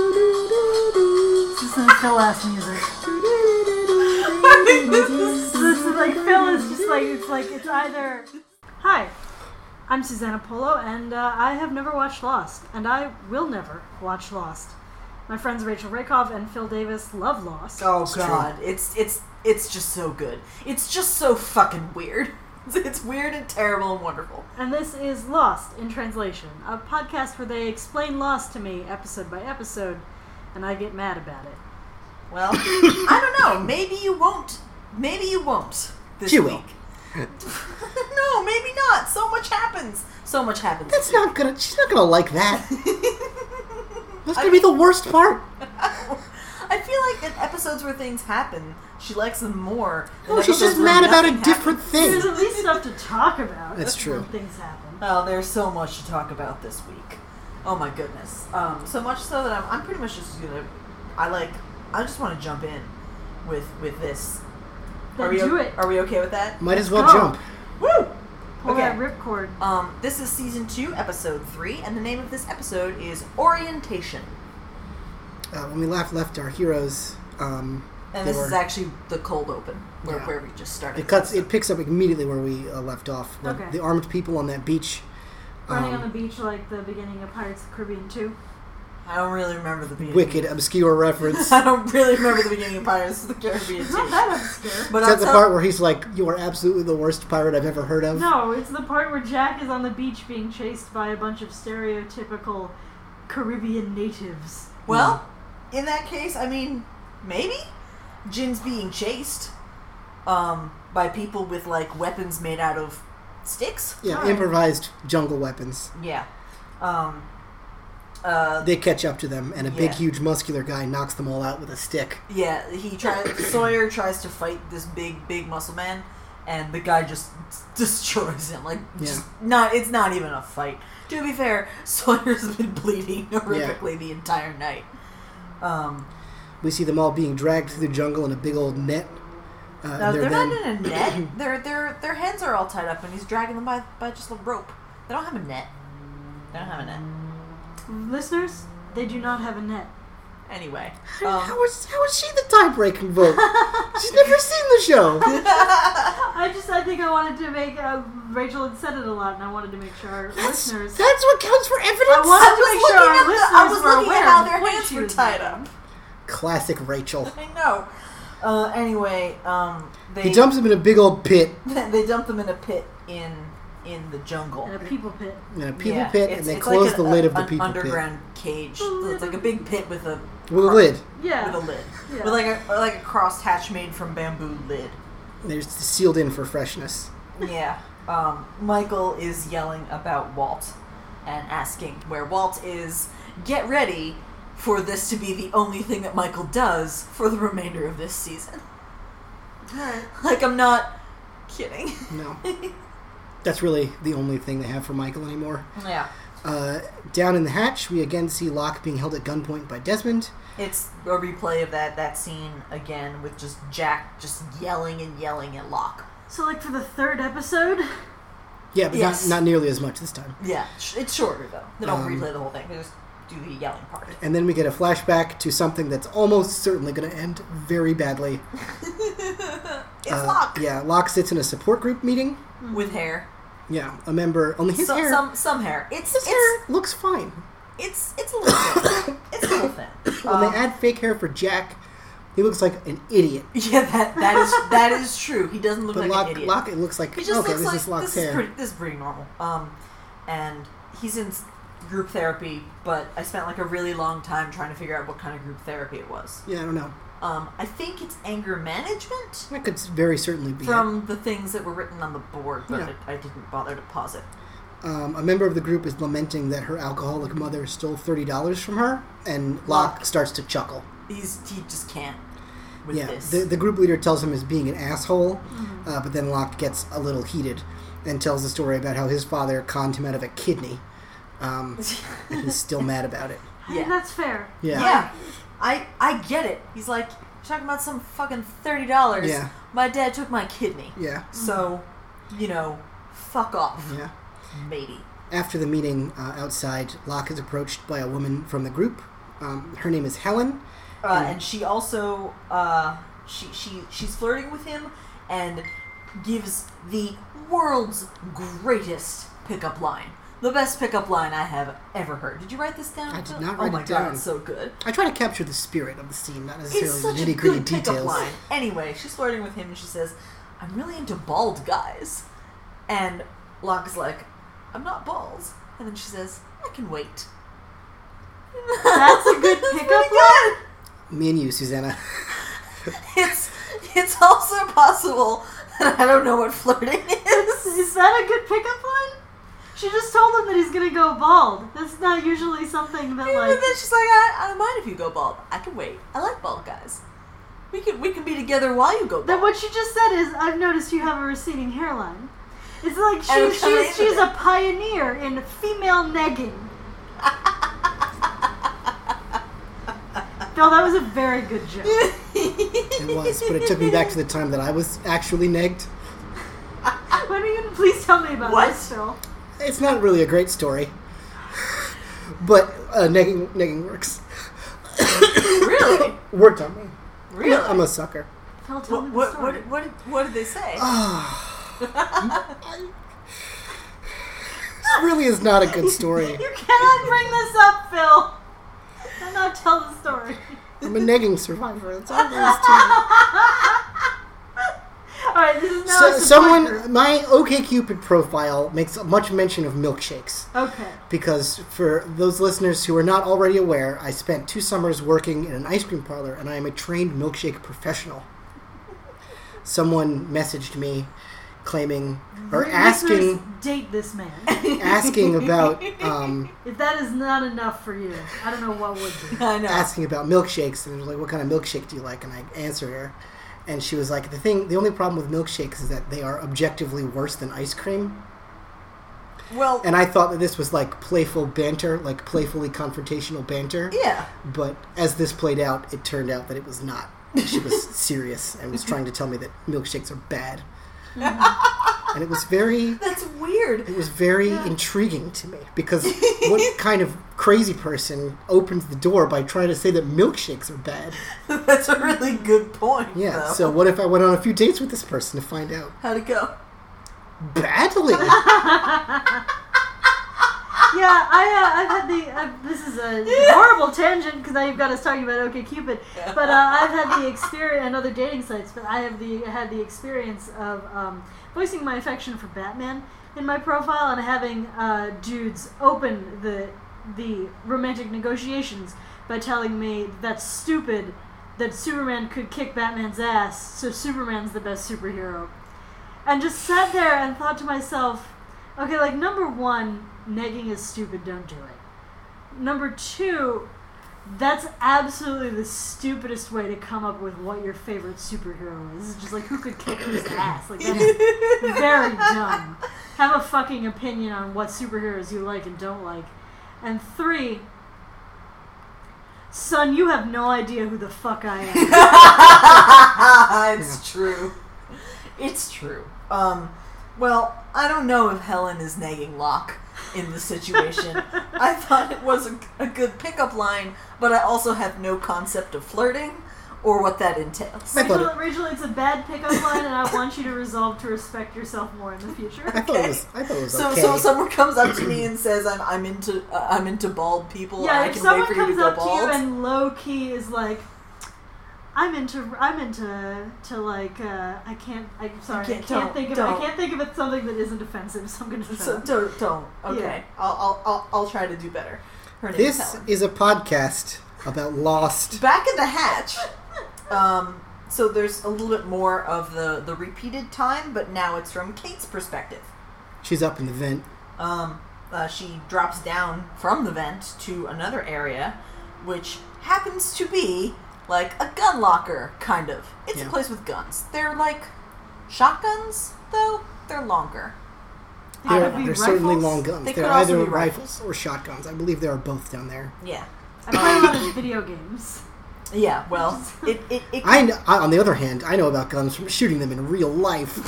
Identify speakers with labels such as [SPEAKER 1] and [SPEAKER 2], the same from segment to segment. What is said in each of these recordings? [SPEAKER 1] This is some Phil ass music. this is like Phil is just like it's like it's either. Hi, I'm Susanna Polo, and uh, I have never watched Lost, and I will never watch Lost. My friends Rachel Rakoff and Phil Davis love Lost.
[SPEAKER 2] Oh
[SPEAKER 3] It's
[SPEAKER 2] god, it's it's it's just so good. It's just so fucking weird. It's, it's weird and terrible and wonderful.
[SPEAKER 1] And this is Lost in Translation, a podcast where they explain Lost to me episode by episode, and I get mad about it.
[SPEAKER 2] Well, I don't know. Maybe you won't. Maybe you won't this
[SPEAKER 3] You will.
[SPEAKER 2] week. no, maybe not. So much happens. So much happens.
[SPEAKER 3] That's not gonna. She's not gonna like that. That's
[SPEAKER 2] I
[SPEAKER 3] gonna be the worst part.
[SPEAKER 2] I feel like in episodes where things happen, she likes them more. than
[SPEAKER 3] No, Oh, she's
[SPEAKER 2] episodes
[SPEAKER 3] just
[SPEAKER 2] where
[SPEAKER 3] mad about a
[SPEAKER 2] nothing
[SPEAKER 3] different
[SPEAKER 2] happens.
[SPEAKER 3] thing.
[SPEAKER 1] There's at least stuff to talk about.
[SPEAKER 3] That's
[SPEAKER 1] when
[SPEAKER 3] true.
[SPEAKER 1] Things happen.
[SPEAKER 2] Oh, there's so much to talk about this week. Oh my goodness. Um, so much so that I'm, I'm pretty much just gonna. I like. I just want to jump in with with this.
[SPEAKER 1] Then
[SPEAKER 2] are we o-
[SPEAKER 1] do it.
[SPEAKER 2] Are we okay with that?
[SPEAKER 3] Might as well
[SPEAKER 1] Go.
[SPEAKER 3] jump.
[SPEAKER 2] Woo!
[SPEAKER 1] Pull
[SPEAKER 2] okay.
[SPEAKER 1] that ripcord.
[SPEAKER 2] Um, this is season two, episode three, and the name of this episode is Orientation.
[SPEAKER 3] Uh, when we left, left our heroes. Um,
[SPEAKER 2] And
[SPEAKER 3] they
[SPEAKER 2] this
[SPEAKER 3] were-
[SPEAKER 2] is actually the cold open, where,
[SPEAKER 3] Yeah.
[SPEAKER 2] where we just started.
[SPEAKER 3] It cuts. It picks up immediately where we uh, left off. where
[SPEAKER 1] Okay.
[SPEAKER 3] The armed people on that beach.
[SPEAKER 1] Running
[SPEAKER 3] um,
[SPEAKER 1] on the beach like the beginning of Pirates of the Caribbean 2.
[SPEAKER 2] I don't really remember the beginning.
[SPEAKER 3] Wicked obscure reference.
[SPEAKER 2] I don't really remember the beginning of Pirates of the Caribbean.
[SPEAKER 1] It's not that obscure.
[SPEAKER 2] But
[SPEAKER 3] Is that
[SPEAKER 2] that's
[SPEAKER 3] the part where he's like, "You are absolutely the worst pirate I've ever heard of"?
[SPEAKER 1] No, it's the part where Jack is on the beach being chased by a bunch of stereotypical Caribbean natives.
[SPEAKER 2] Well, in that case, I mean, maybe Jin's being chased um, by people with like weapons made out of sticks.
[SPEAKER 3] Yeah,
[SPEAKER 1] Sorry.
[SPEAKER 3] improvised jungle weapons.
[SPEAKER 2] Yeah. Um, uh,
[SPEAKER 3] They catch up to them, and a big,
[SPEAKER 2] Yeah.
[SPEAKER 3] huge, muscular guy knocks them all out with a stick.
[SPEAKER 2] yeah. He tries. Sawyer tries to fight this big, big muscle man, and the guy just destroys him. Like,
[SPEAKER 3] Yeah.
[SPEAKER 2] just not. It's not even a fight. To be fair, Sawyer's been bleeding horrifically the entire night. Um,
[SPEAKER 3] We see them all being dragged through the jungle in a big old net. Uh,
[SPEAKER 2] No,
[SPEAKER 3] and
[SPEAKER 2] they're,
[SPEAKER 3] they're
[SPEAKER 2] not in a net. their their their hands are all tied up, and he's dragging them by by just a rope. They don't have a net. They don't have a net.
[SPEAKER 1] Listeners, they do not have a net.
[SPEAKER 2] Anyway,
[SPEAKER 3] how,
[SPEAKER 2] um,
[SPEAKER 3] is, how is she the tie-breaking vote? She's never seen the show.
[SPEAKER 1] I just, I think I wanted to make, uh, Rachel had said it a lot, and I wanted to make sure our
[SPEAKER 3] That's,
[SPEAKER 1] listeners.
[SPEAKER 3] that's what counts for
[SPEAKER 1] I
[SPEAKER 3] evidence.
[SPEAKER 1] wanted to
[SPEAKER 2] was
[SPEAKER 1] make sure our listeners were
[SPEAKER 2] looking at the- I was looking
[SPEAKER 1] aware
[SPEAKER 2] at how
[SPEAKER 1] of
[SPEAKER 2] their
[SPEAKER 1] what
[SPEAKER 2] hands
[SPEAKER 1] she
[SPEAKER 2] were
[SPEAKER 1] was
[SPEAKER 2] tied
[SPEAKER 1] doing.
[SPEAKER 2] up.
[SPEAKER 3] Classic Rachel.
[SPEAKER 2] I know. Uh, anyway, um, they
[SPEAKER 3] He dumps them in a big old pit,
[SPEAKER 2] they dump them in a pit in in the jungle.
[SPEAKER 1] In a people pit.
[SPEAKER 3] in a people
[SPEAKER 2] Yeah,
[SPEAKER 3] pit,
[SPEAKER 2] it's-
[SPEAKER 3] and they
[SPEAKER 2] it's
[SPEAKER 3] close
[SPEAKER 2] like
[SPEAKER 3] the
[SPEAKER 2] an-
[SPEAKER 3] lid of the
[SPEAKER 2] an
[SPEAKER 3] people pit Oh,
[SPEAKER 2] underground cage. It's like a big pit with a
[SPEAKER 3] with a lid.
[SPEAKER 1] Yeah.
[SPEAKER 2] with a lid
[SPEAKER 1] Yeah.
[SPEAKER 2] with like a like a cross hatch made from bamboo lid.
[SPEAKER 3] They're sealed in for freshness.
[SPEAKER 2] Yeah. Um, Michael is yelling about Walt and asking where Walt is. Get ready for this to be the only thing that Michael does for the remainder of this season.
[SPEAKER 1] Alright.
[SPEAKER 2] Like, I'm not kidding.
[SPEAKER 3] No, that's really the only thing they have for Michael anymore.
[SPEAKER 2] yeah.
[SPEAKER 3] Uh, down in the hatch, we again see Locke being held at gunpoint by Desmond.
[SPEAKER 2] It's a replay of that, that scene again with just Jack just yelling and yelling at Locke.
[SPEAKER 1] So, like, for the third episode,
[SPEAKER 3] Yeah, but
[SPEAKER 2] Yes.
[SPEAKER 3] not, not nearly as much this time.
[SPEAKER 2] Yeah. sh- It's shorter, though. They don't
[SPEAKER 3] Um,
[SPEAKER 2] replay the whole thing, they just do the yelling part.
[SPEAKER 3] And then we get a flashback to something that's almost certainly going to end very badly.
[SPEAKER 2] It's
[SPEAKER 3] Uh,
[SPEAKER 2] Locke
[SPEAKER 3] Yeah, Locke sits in a support group meeting.
[SPEAKER 2] with hair.
[SPEAKER 3] Yeah, a member. Only his
[SPEAKER 2] So-
[SPEAKER 3] hair.
[SPEAKER 2] Some, some hair. It's,
[SPEAKER 3] his
[SPEAKER 2] it's,
[SPEAKER 3] hair looks fine.
[SPEAKER 2] It's it's a little thin. it's a little thin.
[SPEAKER 3] When
[SPEAKER 2] Um,
[SPEAKER 3] they add fake hair for Jack, he looks like an idiot.
[SPEAKER 2] yeah, that that is that is true. He doesn't look
[SPEAKER 3] But
[SPEAKER 2] like
[SPEAKER 3] Locke,
[SPEAKER 2] an idiot.
[SPEAKER 3] Locke, it looks like
[SPEAKER 2] he
[SPEAKER 3] okay,
[SPEAKER 2] just looks
[SPEAKER 3] this
[SPEAKER 2] like
[SPEAKER 3] is Locke's
[SPEAKER 2] this is
[SPEAKER 3] hair.
[SPEAKER 2] pretty this is pretty normal. Um, and he's in s- group therapy, but I spent like a really long time trying to figure out what kind of group therapy it was.
[SPEAKER 3] yeah, I don't know.
[SPEAKER 2] Um, I think it's anger management
[SPEAKER 3] That could very certainly be. it.
[SPEAKER 2] from the things that were written on the board, but
[SPEAKER 3] Yeah.
[SPEAKER 2] I, I didn't bother to pause it.
[SPEAKER 3] Um, a member of the group is lamenting that her alcoholic mother stole thirty dollars from her, and Locke,
[SPEAKER 2] Locke.
[SPEAKER 3] starts to chuckle.
[SPEAKER 2] He's he just can't with
[SPEAKER 3] yeah,
[SPEAKER 2] this. Mm-hmm.
[SPEAKER 3] the, the group leader tells him he's being an asshole, uh, but then Locke gets a little heated and tells the story about how his father conned him out of a kidney, um, and he's still mad about it.
[SPEAKER 1] I think
[SPEAKER 2] Yeah.
[SPEAKER 1] that's fair.
[SPEAKER 3] Yeah.
[SPEAKER 2] Yeah. I I get it. He's like, you're talking about some fucking thirty dollars.
[SPEAKER 3] Yeah.
[SPEAKER 2] My dad took my kidney.
[SPEAKER 3] Yeah.
[SPEAKER 2] So you know, fuck off,
[SPEAKER 3] Yeah.
[SPEAKER 2] maybe.
[SPEAKER 3] After the meeting uh, outside, Locke is approached by a woman from the group. Um, her name is Helen.
[SPEAKER 2] Uh,
[SPEAKER 3] Mm.
[SPEAKER 2] and she also uh, she she she's flirting with him and gives the world's greatest pickup line. The best pickup line I have ever heard. Did you write this down?
[SPEAKER 3] I did
[SPEAKER 2] Phil?
[SPEAKER 3] not
[SPEAKER 2] oh
[SPEAKER 3] write
[SPEAKER 2] my
[SPEAKER 3] it
[SPEAKER 2] god,
[SPEAKER 3] down.
[SPEAKER 2] it's so good.
[SPEAKER 3] I try to capture the spirit of the scene, not
[SPEAKER 2] It's
[SPEAKER 3] necessarily the
[SPEAKER 2] such a
[SPEAKER 3] nitty gritty
[SPEAKER 2] good pickup
[SPEAKER 3] details.
[SPEAKER 2] line. Anyway, she's flirting with him and she says, "I'm really into bald guys," and Locke is like, "I'm not bald," and then she says, "I can wait."
[SPEAKER 1] That's a good
[SPEAKER 2] That's
[SPEAKER 1] pickup
[SPEAKER 2] really
[SPEAKER 1] line.
[SPEAKER 2] good.
[SPEAKER 3] Me and you, Susanna.
[SPEAKER 2] It's it's also possible that I don't know what flirting is.
[SPEAKER 1] Is that a good pickup line? She just told him that he's gonna go bald. That's not usually something that
[SPEAKER 2] And
[SPEAKER 1] like.
[SPEAKER 2] then she's like, I, I don't mind if you go bald. I can wait. I like bald guys. We can we can be together while you go
[SPEAKER 1] Then
[SPEAKER 2] bald.
[SPEAKER 1] what she just said is, I've noticed you have a receding hairline. It's like
[SPEAKER 2] And
[SPEAKER 1] she's she's she's a pioneer in female negging. Phil, that was a very good joke.
[SPEAKER 3] It was, but it took me back to the time that I was actually negged.
[SPEAKER 1] When are you gonna please tell me about
[SPEAKER 2] What?
[SPEAKER 1] this, Phil?
[SPEAKER 3] It's not really a great story, but uh, negging, negging works.
[SPEAKER 2] really,
[SPEAKER 3] Worked on me.
[SPEAKER 2] really.
[SPEAKER 3] I'm a sucker.
[SPEAKER 1] Phil,
[SPEAKER 3] Oh,
[SPEAKER 1] tell
[SPEAKER 2] what,
[SPEAKER 1] me the
[SPEAKER 2] what,
[SPEAKER 1] story.
[SPEAKER 2] what, what, did, what did they say?
[SPEAKER 3] Ah, This really is not a good story.
[SPEAKER 1] You cannot bring this up, Phil. And not tell the story.
[SPEAKER 3] I'm a negging survivor. That's all there is to
[SPEAKER 1] All right, this is now
[SPEAKER 3] it. So,
[SPEAKER 1] a support group.
[SPEAKER 3] someone, my OKCupid profile makes much mention of milkshakes.
[SPEAKER 1] Okay.
[SPEAKER 3] because for those listeners who are not already aware, I spent two summers working in an ice cream parlor and I am a trained milkshake professional. Someone messaged me claiming or
[SPEAKER 1] Your listeners,
[SPEAKER 3] asking
[SPEAKER 1] Date this man.
[SPEAKER 3] asking about um,
[SPEAKER 1] if that is not enough for you, I don't know what would be.
[SPEAKER 2] I know.
[SPEAKER 3] asking about milkshakes and was like what kind of milkshake do you like and I answered her and she was like the thing the only problem with milkshakes is that they are objectively worse than ice cream
[SPEAKER 2] well,
[SPEAKER 3] and I thought that this was like playful banter like playfully confrontational banter
[SPEAKER 2] yeah.
[SPEAKER 3] But as this played out, it turned out that it was not. She was serious and was trying to tell me that milkshakes are bad.
[SPEAKER 2] Mm.
[SPEAKER 3] and it was very
[SPEAKER 2] That's weird.
[SPEAKER 3] it was very intriguing to me because what kind of crazy person opens the door by trying to say that milkshakes are bad?
[SPEAKER 2] That's a really good point.
[SPEAKER 3] Mm-hmm. Yeah.
[SPEAKER 2] though.
[SPEAKER 3] So what if I went on a few dates with this person to find out
[SPEAKER 2] how'd it go?
[SPEAKER 3] badly?
[SPEAKER 1] Yeah, I, uh, I've had the. I've, this is a horrible tangent because now you've got us talking about OkCupid. But uh, I've had the experience and other dating sites. But I have the had the experience of um, voicing my affection for Batman in my profile and having uh, dudes open the the romantic negotiations by telling me that's stupid. That Superman could kick Batman's ass, so Superman's the best superhero and just sat there and thought to myself, okay, like number one, negging is stupid, don't do it. Number two, that's absolutely the stupidest way to come up with what your favorite superhero is. It's just like who could kick whose ass? Like that's very dumb. Have a fucking opinion on what superheroes you like and don't like. And three, son, you have no idea who the fuck I am.
[SPEAKER 2] it's true. It's true. Um, well, I don't know if Helen is nagging Locke in this situation. I thought it was a, a good pickup line, but I also have no concept of flirting or what that entails.
[SPEAKER 3] I thought
[SPEAKER 1] Rachel, Rachel, it's a bad pickup line, and I want you to resolve to respect yourself more in the future.
[SPEAKER 3] I thought it was I thought it was
[SPEAKER 2] So,
[SPEAKER 3] okay.
[SPEAKER 2] so if someone comes up to me and says I'm I'm into uh, I'm into bald people. and
[SPEAKER 1] yeah,
[SPEAKER 2] I
[SPEAKER 1] if
[SPEAKER 2] can
[SPEAKER 1] someone
[SPEAKER 2] wait for you
[SPEAKER 1] comes
[SPEAKER 2] to go
[SPEAKER 1] up
[SPEAKER 2] bald.
[SPEAKER 1] to you and low key is like, "I'm into, I'm into, to like, uh, I can't, I'm sorry,
[SPEAKER 2] can't-
[SPEAKER 1] I
[SPEAKER 2] don't-
[SPEAKER 1] can't think of,
[SPEAKER 2] don't.
[SPEAKER 1] I can't think of it something that isn't offensive, so I'm gonna." shut
[SPEAKER 2] so
[SPEAKER 1] up.
[SPEAKER 2] don't don't. Okay, I'll, I'll I'll I'll try to do better. Her name is
[SPEAKER 3] this
[SPEAKER 2] Helen.
[SPEAKER 3] is a podcast about lost
[SPEAKER 2] back in the hatch um, so there's a little bit more of the the repeated time but now it's from kate's perspective
[SPEAKER 3] she's up in the vent.
[SPEAKER 2] um, uh, she drops down from the vent to another area which happens to be like a gun locker kind of it's a
[SPEAKER 3] Yeah.
[SPEAKER 2] place with guns they're like shotguns though they're longer
[SPEAKER 1] They
[SPEAKER 3] They're,
[SPEAKER 1] could be
[SPEAKER 3] they're certainly
[SPEAKER 1] rifles.
[SPEAKER 3] long guns.
[SPEAKER 2] They
[SPEAKER 3] They are
[SPEAKER 2] could also
[SPEAKER 3] either
[SPEAKER 2] be
[SPEAKER 3] rifles.
[SPEAKER 2] rifles.
[SPEAKER 3] or shotguns. I believe there are both down there.
[SPEAKER 2] yeah
[SPEAKER 1] I play a lot of video games.
[SPEAKER 2] Yeah, well, it, it, it
[SPEAKER 3] I, kn- I on the other hand, I know about guns from shooting them in real life.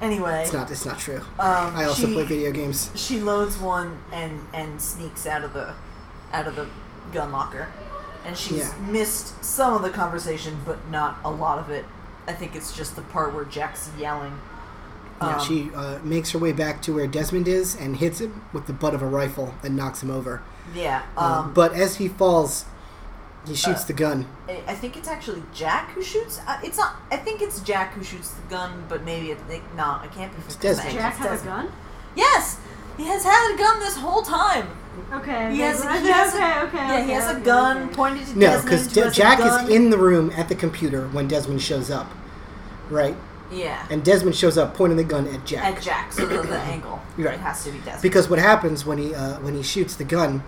[SPEAKER 2] anyway.
[SPEAKER 3] it's not. It's not true.
[SPEAKER 2] um,
[SPEAKER 3] I also
[SPEAKER 2] she,
[SPEAKER 3] play video games.
[SPEAKER 2] She loads one and and sneaks out of the out of the gun locker, and she's
[SPEAKER 3] Yeah.
[SPEAKER 2] missed some of the conversation, but not a lot of it. I think it's just the part where Jack's yelling.
[SPEAKER 3] Yeah,
[SPEAKER 2] Um,
[SPEAKER 3] she uh, makes her way back to where Desmond is and hits him with the butt of a rifle and knocks him over.
[SPEAKER 2] Yeah,
[SPEAKER 3] Uh,
[SPEAKER 2] um, uh,
[SPEAKER 3] but as he falls, he shoots the gun.
[SPEAKER 2] I I think it's actually Jack who shoots. Uh, it's not. I think it's Jack who shoots the gun, but maybe it, it, no, I can't be.
[SPEAKER 3] Desmond.
[SPEAKER 2] saying
[SPEAKER 1] Jack
[SPEAKER 2] it's
[SPEAKER 1] has a
[SPEAKER 2] Desmond.
[SPEAKER 1] gun?
[SPEAKER 2] Yes, he has had a gun this whole time.
[SPEAKER 1] Okay. okay,
[SPEAKER 2] He has,
[SPEAKER 1] okay,
[SPEAKER 2] he has
[SPEAKER 1] okay,
[SPEAKER 2] a,
[SPEAKER 1] okay,
[SPEAKER 2] yeah, he
[SPEAKER 1] okay,
[SPEAKER 2] has a
[SPEAKER 1] okay,
[SPEAKER 2] gun
[SPEAKER 1] okay.
[SPEAKER 2] pointed to
[SPEAKER 3] No,
[SPEAKER 2] Desmond,
[SPEAKER 3] because
[SPEAKER 2] who has a
[SPEAKER 3] Jack
[SPEAKER 2] gun.
[SPEAKER 3] is in the room at the computer when Desmond shows up, right?
[SPEAKER 2] Yeah,
[SPEAKER 3] And Desmond shows up pointing the gun at Jack.
[SPEAKER 2] at Jack, so the, the angle.
[SPEAKER 3] You're right.
[SPEAKER 2] It has to be Desmond.
[SPEAKER 3] because what happens when he uh, when he shoots the gun?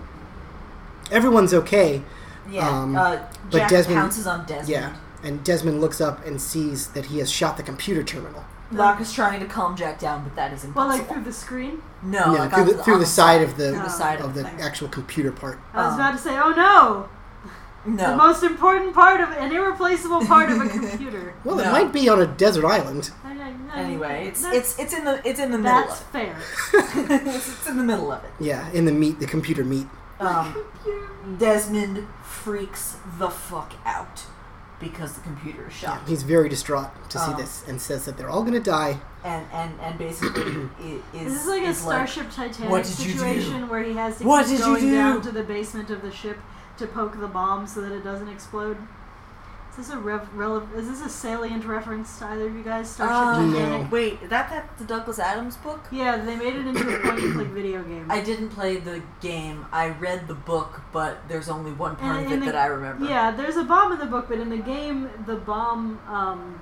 [SPEAKER 3] Everyone's okay.
[SPEAKER 2] yeah,
[SPEAKER 3] um,
[SPEAKER 2] uh,
[SPEAKER 3] but
[SPEAKER 2] Jack
[SPEAKER 3] Desmond-
[SPEAKER 2] pounces on Desmond.
[SPEAKER 3] Yeah, and Desmond looks up and sees that he has shot the computer terminal.
[SPEAKER 2] Locke is trying to calm Jack down, but that is
[SPEAKER 1] Well,
[SPEAKER 2] impossible.
[SPEAKER 1] like through the screen?
[SPEAKER 3] no,
[SPEAKER 2] no, Oh, like
[SPEAKER 3] through
[SPEAKER 2] on
[SPEAKER 3] the, through
[SPEAKER 2] on
[SPEAKER 3] the side of the
[SPEAKER 2] through
[SPEAKER 1] Oh.
[SPEAKER 2] the side
[SPEAKER 3] of the
[SPEAKER 2] thing.
[SPEAKER 3] actual computer part.
[SPEAKER 1] I was
[SPEAKER 2] Um,
[SPEAKER 1] about to say, oh no! The
[SPEAKER 2] no.
[SPEAKER 1] most important part of an irreplaceable part of a computer.
[SPEAKER 3] Well, it
[SPEAKER 2] No.
[SPEAKER 3] might be on a desert island.
[SPEAKER 1] I-
[SPEAKER 2] Um,
[SPEAKER 1] I- I-
[SPEAKER 2] Anyway, it's
[SPEAKER 1] that's-
[SPEAKER 2] it's it's in the it's in the middle
[SPEAKER 1] that's
[SPEAKER 2] of
[SPEAKER 1] fair.
[SPEAKER 2] it. it's in the middle of it.
[SPEAKER 3] Yeah, in the meat, the computer meat.
[SPEAKER 2] Um, Desmond freaks the fuck out because the computer is shot.
[SPEAKER 3] He's very distraught to see
[SPEAKER 2] Oh.
[SPEAKER 3] this and says that they're all going to die.
[SPEAKER 2] and and and basically it is
[SPEAKER 1] This is like a
[SPEAKER 2] is
[SPEAKER 1] Starship Titanic
[SPEAKER 2] "What did you do?
[SPEAKER 1] situation where he has to
[SPEAKER 2] What
[SPEAKER 1] keep
[SPEAKER 2] did you
[SPEAKER 1] going down
[SPEAKER 2] do?"
[SPEAKER 1] to the basement of the ship to poke the bomb so that it doesn't explode. Is this a rev- rele- Is this a salient reference to either of you guys? Starship
[SPEAKER 2] Uh,
[SPEAKER 1] Titanic.
[SPEAKER 2] Wait, is that that the Douglas Adams book?
[SPEAKER 1] Yeah, they made it into a point-and-click video game.
[SPEAKER 2] I didn't play the game. I read the book, but there's only one part
[SPEAKER 1] And
[SPEAKER 2] of it
[SPEAKER 1] in the-
[SPEAKER 2] that I remember.
[SPEAKER 1] Yeah, there's a bomb in the book, but in the game, the bomb, um,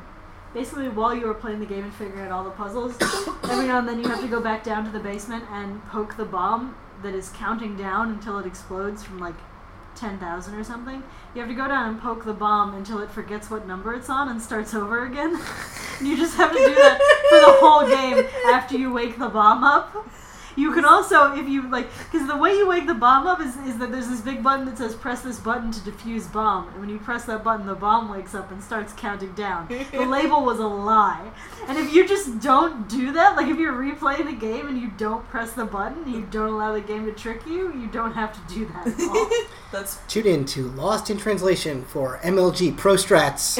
[SPEAKER 1] basically while you were playing the game and figuring out all the puzzles, every now and then you have to go back down to the basement and poke the bomb that is counting down until it explodes from like 10,000 or something. You have to go down and poke the bomb until it forgets what number it's on and starts over again. And you just have to do that for the whole game after you wake the bomb up. You can also, if you like, because the way you wake the bomb up is, is that there's this big button that says press this button to defuse bomb. And when you press that button, the bomb wakes up and starts counting down. The label was a lie. And if you just don't do that, like if you're replaying the game and you don't press the button, you don't allow the game to trick you, you don't have to do that at all.
[SPEAKER 2] That's
[SPEAKER 3] Tune in to Lost in Translation for MLG Pro Strats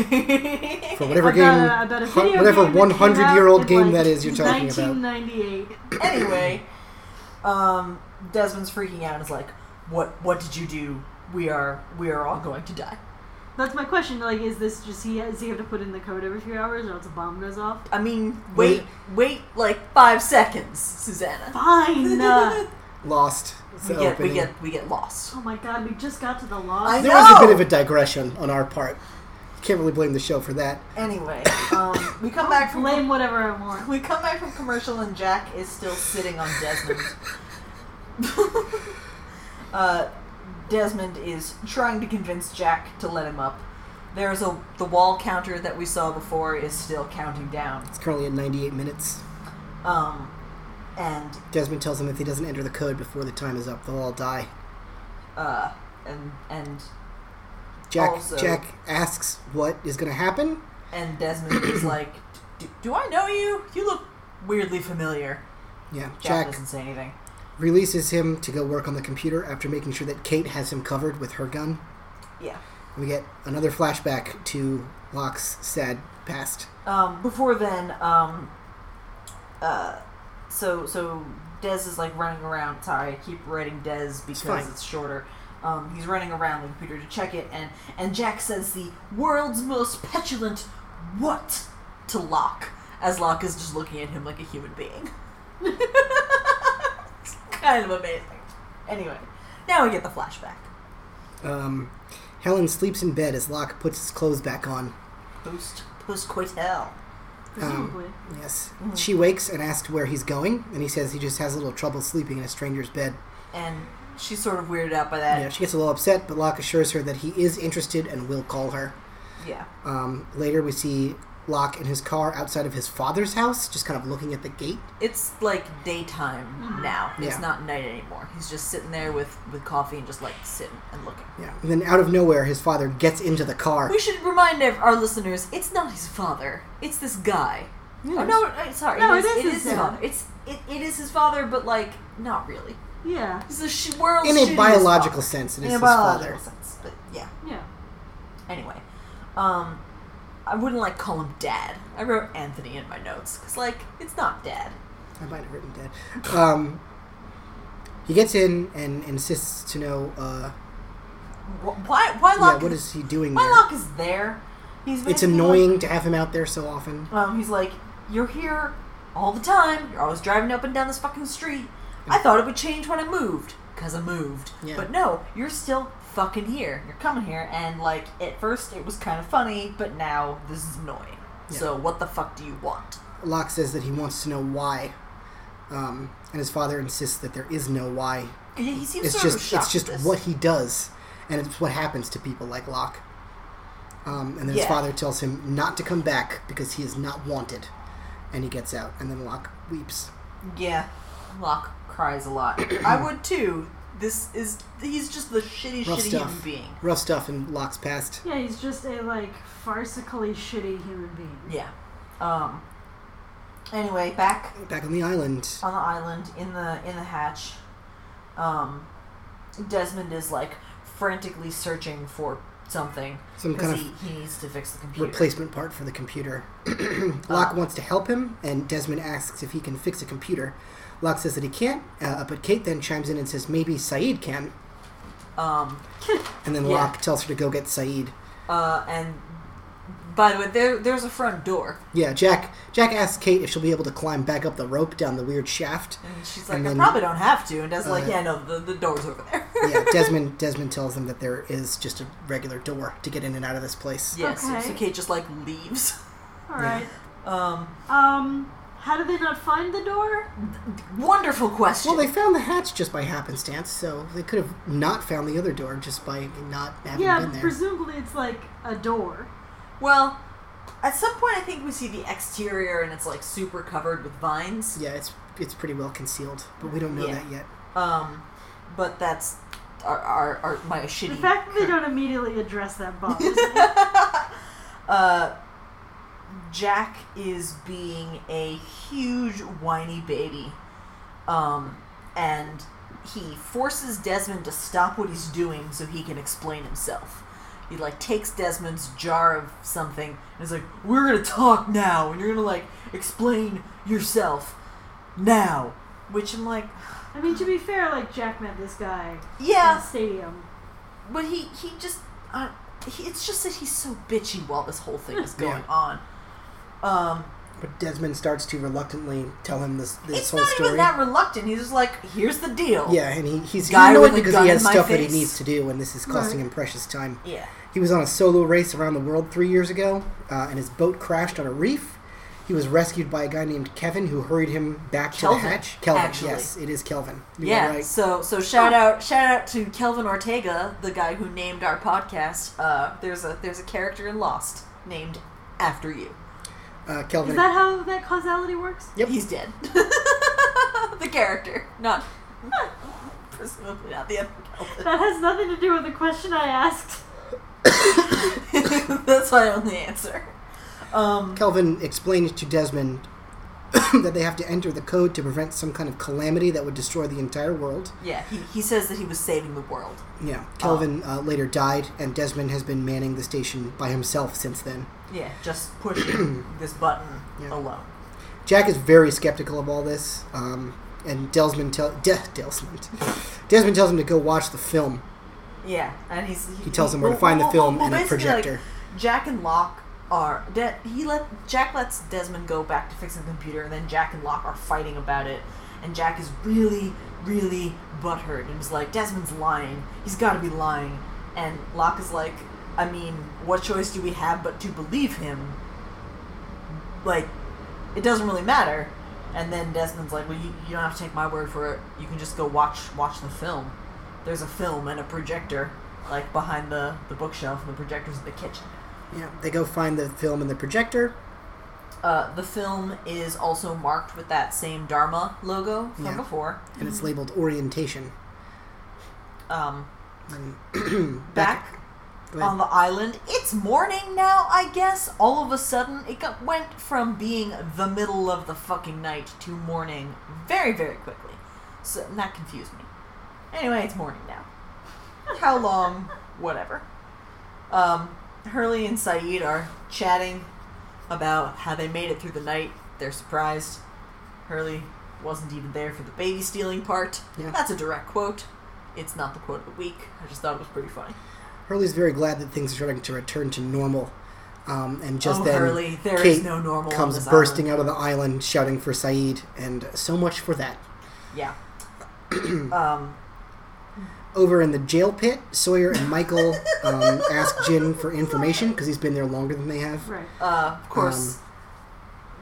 [SPEAKER 3] for whatever
[SPEAKER 1] About
[SPEAKER 3] game,
[SPEAKER 1] a- about a
[SPEAKER 3] hu-
[SPEAKER 1] video
[SPEAKER 3] whatever
[SPEAKER 1] game that came
[SPEAKER 3] 100 year old
[SPEAKER 1] out in,
[SPEAKER 3] game
[SPEAKER 1] like,
[SPEAKER 3] that is you're talking about.
[SPEAKER 1] 1998.
[SPEAKER 2] anyway. Um, Desmond's freaking out and is like, "What? What did you do? We are we are all going to die."
[SPEAKER 1] That's my question. Like, is this just he? Does he have to put in the code every few hours, or else a bomb goes off?
[SPEAKER 2] I mean, wait, wait, like five seconds, Susanna.
[SPEAKER 1] Fine. uh,
[SPEAKER 3] Lost. is
[SPEAKER 2] We
[SPEAKER 3] the
[SPEAKER 2] get we
[SPEAKER 3] opening.
[SPEAKER 2] get we get lost.
[SPEAKER 1] oh my god, we just got to the lost.
[SPEAKER 2] I-
[SPEAKER 3] There was a
[SPEAKER 2] No!
[SPEAKER 3] bit of a digression on our part. Can't really blame the show for that.
[SPEAKER 2] Anyway, um, we come back from
[SPEAKER 1] Blame whatever I want.
[SPEAKER 2] We come back from commercial and Jack is still sitting on Desmond. uh, Desmond is trying to convince Jack to let him up. There's a the wall counter that we saw before is still counting down.
[SPEAKER 3] It's currently at 98 minutes.
[SPEAKER 2] Um, and
[SPEAKER 3] Desmond tells him if he doesn't enter the code before the time is up, they'll all die.
[SPEAKER 2] uh, and and
[SPEAKER 3] Jack
[SPEAKER 2] Also-
[SPEAKER 3] Jack asks what is going to happen.
[SPEAKER 2] and Desmond is like, "Do- "Do I know you? You look weirdly familiar."
[SPEAKER 3] Yeah,
[SPEAKER 2] Jack,
[SPEAKER 3] Jack
[SPEAKER 2] doesn't say anything.
[SPEAKER 3] releases him to go work on the computer after making sure that Kate has him covered with her gun.
[SPEAKER 2] Yeah.
[SPEAKER 3] We get another flashback to Locke's sad past.
[SPEAKER 2] um, before then, um, uh, so so Dez is like running around. Sorry, I keep writing Dez because
[SPEAKER 3] fine.
[SPEAKER 2] it's, shorter. Um, he's running around the computer to check it, and and Jack says the world's most petulant what to Locke, as Locke is just looking at him like a human being. it's kind of amazing. Anyway, now we get the flashback.
[SPEAKER 3] Um, Helen sleeps in bed as Locke puts his clothes back on.
[SPEAKER 2] Post post coitel.
[SPEAKER 3] Um,
[SPEAKER 1] Presumably.
[SPEAKER 3] Yes.
[SPEAKER 2] Mm.
[SPEAKER 3] She wakes and asks where he's going, and he says he just has a little trouble sleeping in a stranger's bed.
[SPEAKER 2] and she's sort of weirded out by that.
[SPEAKER 3] Yeah, she gets a little upset, but Locke assures her that he is interested and will call her.
[SPEAKER 2] yeah.
[SPEAKER 3] Um, later, we see Locke in his car outside of his father's house, just kind of looking at the gate.
[SPEAKER 2] It's like daytime now. It's
[SPEAKER 3] Yeah.
[SPEAKER 2] not night anymore. He's just sitting there with, with coffee and just like sitting and looking.
[SPEAKER 3] Yeah. And then out of nowhere, his father gets into the car.
[SPEAKER 2] We should remind ev- our listeners it's not his father. It's this guy.
[SPEAKER 3] Hmm.
[SPEAKER 2] Oh no! uh, Sorry.
[SPEAKER 1] No,
[SPEAKER 2] it is, it is his
[SPEAKER 1] dad.
[SPEAKER 2] father. It's it, it is his father, but like not really.
[SPEAKER 1] Yeah,
[SPEAKER 2] He's a sh- world
[SPEAKER 3] in a biological sense, it is
[SPEAKER 2] in a
[SPEAKER 3] his
[SPEAKER 2] biological
[SPEAKER 3] father.
[SPEAKER 2] sense. But yeah.
[SPEAKER 1] yeah.
[SPEAKER 2] Anyway, um, I wouldn't like call him dad. I wrote Anthony in my notes because like it's not dad.
[SPEAKER 3] I might have written dead. Um, he gets in and insists to know uh,
[SPEAKER 2] Wh- Why why
[SPEAKER 3] yeah,
[SPEAKER 2] Locke?
[SPEAKER 3] what
[SPEAKER 2] is
[SPEAKER 3] is he doing
[SPEAKER 2] why
[SPEAKER 3] there?
[SPEAKER 2] Locke is there? He's
[SPEAKER 3] It's
[SPEAKER 2] basically like-
[SPEAKER 3] annoying to have him out there so often.
[SPEAKER 2] Um, he's like, "You're here all the time. You're always driving up and down this fucking street. I thought it would change when I moved, cause I moved.
[SPEAKER 3] Yeah.
[SPEAKER 2] But no, you're still fucking here. You're coming here, and like at first it was kind of funny, but now this is annoying.
[SPEAKER 3] Yeah.
[SPEAKER 2] So what the fuck do you want?
[SPEAKER 3] Locke says that he wants to know why, um, and his father insists that there is no why.
[SPEAKER 2] Yeah, he seems
[SPEAKER 3] It's
[SPEAKER 2] sort of
[SPEAKER 3] just
[SPEAKER 2] shocked
[SPEAKER 3] it's just
[SPEAKER 2] at this.
[SPEAKER 3] what he does, and it's what happens to people like Locke. Um, and then his
[SPEAKER 2] Yeah.
[SPEAKER 3] father tells him not to come back because he is not wanted, and he gets out. And then Locke weeps.
[SPEAKER 2] Yeah, Locke cries a lot. I would too. This is he's just the shitty,
[SPEAKER 3] Rough
[SPEAKER 2] shitty
[SPEAKER 3] stuff.
[SPEAKER 2] human being.
[SPEAKER 3] Rough stuff in Locke's past.
[SPEAKER 1] Yeah, he's just a like farcically shitty human being.
[SPEAKER 2] Yeah. Um. Anyway, back
[SPEAKER 3] Back on the island,
[SPEAKER 2] on the island in the in the hatch. Um, Desmond is like frantically searching for something
[SPEAKER 3] Some
[SPEAKER 2] because
[SPEAKER 3] kind
[SPEAKER 2] he, he needs to fix the computer.
[SPEAKER 3] replacement part for the computer. Locke wants to help him, and Desmond asks if he can fix a computer. Locke says that he can't, uh, but Kate then chimes in and says maybe Saeed can.
[SPEAKER 2] Um,
[SPEAKER 3] And then
[SPEAKER 2] Yeah.
[SPEAKER 3] Locke tells her to go get Saeed.
[SPEAKER 2] uh, and by the way, there there's a front door,
[SPEAKER 3] Yeah, Jack. Jack asks Kate if she'll be able to climb back up the rope down the weird shaft.
[SPEAKER 2] and she's like,
[SPEAKER 3] And then-
[SPEAKER 2] "I probably don't have to." And Desmond's
[SPEAKER 3] Uh,
[SPEAKER 2] like, "Yeah, no, the, the door's over there."
[SPEAKER 3] Yeah, Desmond. Desmond tells them that there is just a regular door to get in and out of this place.
[SPEAKER 2] yeah, so-
[SPEAKER 1] Okay.
[SPEAKER 2] so Kate just like leaves.
[SPEAKER 1] All right.
[SPEAKER 2] Um,
[SPEAKER 1] Um, how did they not find the door?
[SPEAKER 2] wonderful question.
[SPEAKER 3] Well, they found the hatch just by happenstance, so they could have not found the other door just by not having
[SPEAKER 1] yeah,
[SPEAKER 3] been there.
[SPEAKER 1] presumably it's like a door.
[SPEAKER 2] well, at some point, I think we see the exterior, and it's like super covered with vines.
[SPEAKER 3] Yeah, it's it's pretty well concealed, but we don't know
[SPEAKER 2] Yeah.
[SPEAKER 3] that yet.
[SPEAKER 2] Um, but that's our, our, our my shitty.
[SPEAKER 1] The fact that they don't immediately address that bothers me.
[SPEAKER 2] uh, Jack is being a huge whiny baby, um, and he forces Desmond to stop what he's doing so he can explain himself. He like takes Desmond's jar of something and is like, "We're gonna talk now, and you're gonna like explain yourself now." Which I'm like,
[SPEAKER 1] I mean, to be fair, like Jack met this guy in
[SPEAKER 2] yeah,
[SPEAKER 1] the stadium.
[SPEAKER 2] But he he just uh, he, it's just that he's so bitchy while this whole thing is going
[SPEAKER 3] Yeah.
[SPEAKER 2] on. Um,
[SPEAKER 3] But Desmond starts to reluctantly tell him this this
[SPEAKER 2] it's
[SPEAKER 3] whole
[SPEAKER 2] not
[SPEAKER 3] story.
[SPEAKER 2] even that reluctant. He's just like, here's the deal.
[SPEAKER 3] yeah, and he, he's
[SPEAKER 2] Guy
[SPEAKER 3] annoyed
[SPEAKER 2] with a
[SPEAKER 3] because
[SPEAKER 2] gun
[SPEAKER 3] he
[SPEAKER 2] in
[SPEAKER 3] has
[SPEAKER 2] my
[SPEAKER 3] stuff that he
[SPEAKER 2] face.
[SPEAKER 3] needs to do, and this is costing
[SPEAKER 1] Right.
[SPEAKER 3] him precious time.
[SPEAKER 2] yeah.
[SPEAKER 3] He was on a solo race around the world three years ago, uh, and his boat crashed on a reef. He was rescued by a guy named Kevin, who hurried him back to
[SPEAKER 2] Kelvin,
[SPEAKER 3] the hatch. Kelvin,
[SPEAKER 2] actually.
[SPEAKER 3] yes, it is Kelvin. You were
[SPEAKER 2] yeah.
[SPEAKER 3] right.
[SPEAKER 2] So so shout out shout out to Kelvin Ortega, the guy who named our podcast. Uh, there's a there's a character in Lost named after you.
[SPEAKER 3] Uh, Kelvin.
[SPEAKER 1] Is that how that causality works?
[SPEAKER 3] Yep.
[SPEAKER 2] He's dead. the character, not presumably not the other Kelvin.
[SPEAKER 1] That has nothing to do with the question I asked.
[SPEAKER 2] That's my only answer. Um,
[SPEAKER 3] Kelvin explains to Desmond that they have to enter the code to prevent some kind of calamity that would destroy the entire world.
[SPEAKER 2] yeah, he, he says that he was saving the world.
[SPEAKER 3] Yeah, Kelvin uh, later died, and Desmond has been manning the station by himself since then.
[SPEAKER 2] Yeah, just pushing this button
[SPEAKER 3] Yeah.
[SPEAKER 2] alone.
[SPEAKER 3] Jack is very skeptical of all this, um, and Desmond tell De- Desmond Desmond tells him to go watch the film.
[SPEAKER 2] Yeah, and he's Oh,
[SPEAKER 3] He tells him where to find the film and a
[SPEAKER 2] basically, like,
[SPEAKER 3] projector.
[SPEAKER 2] Jack and Locke are De- he let Jack lets Desmond go back to fixing the computer, and then Jack and Locke are fighting about it, and Jack is really, really butthurt, and he's like, Desmond's lying. He's got to be lying, and Locke is like, I mean, what choice do we have but to believe him? Like, it doesn't really matter. And then Desmond's like, well, you, you don't have to take my word for it. You can just go watch watch the film. There's a film and a projector, like behind the, the bookshelf, and the projector's in the kitchen.
[SPEAKER 3] Yeah, they go find the film and the projector.
[SPEAKER 2] Uh, the film is also marked with that same Dharma logo from
[SPEAKER 3] Yeah.
[SPEAKER 2] before.
[SPEAKER 3] and it's labeled orientation.
[SPEAKER 2] Um,
[SPEAKER 3] And
[SPEAKER 2] back
[SPEAKER 3] Go ahead.
[SPEAKER 2] on the island, it's morning now, I guess. All of a sudden, it got, went from being the middle of the fucking night to morning very, very quickly. So and that confused me. Anyway, it's morning now. How long? Whatever. Um, Hurley and Saeed are chatting about how they made it through the night. They're surprised. Hurley wasn't even there for the baby stealing part.
[SPEAKER 3] Yeah.
[SPEAKER 2] That's a direct quote. It's not the quote of the week. I just thought it was pretty funny.
[SPEAKER 3] Hurley's very glad that things are starting to return to normal. Um, and just
[SPEAKER 2] Oh,
[SPEAKER 3] then,
[SPEAKER 2] Hurley, there is
[SPEAKER 3] Kate
[SPEAKER 2] no normal on
[SPEAKER 3] comes
[SPEAKER 2] this
[SPEAKER 3] bursting out of the island, shouting for Saeed, and so much for that.
[SPEAKER 2] Yeah. um,
[SPEAKER 3] Over in the jail pit, Sawyer and Michael um, ask Jin for information because he's been there longer than they have.
[SPEAKER 1] Right.
[SPEAKER 2] uh, of course,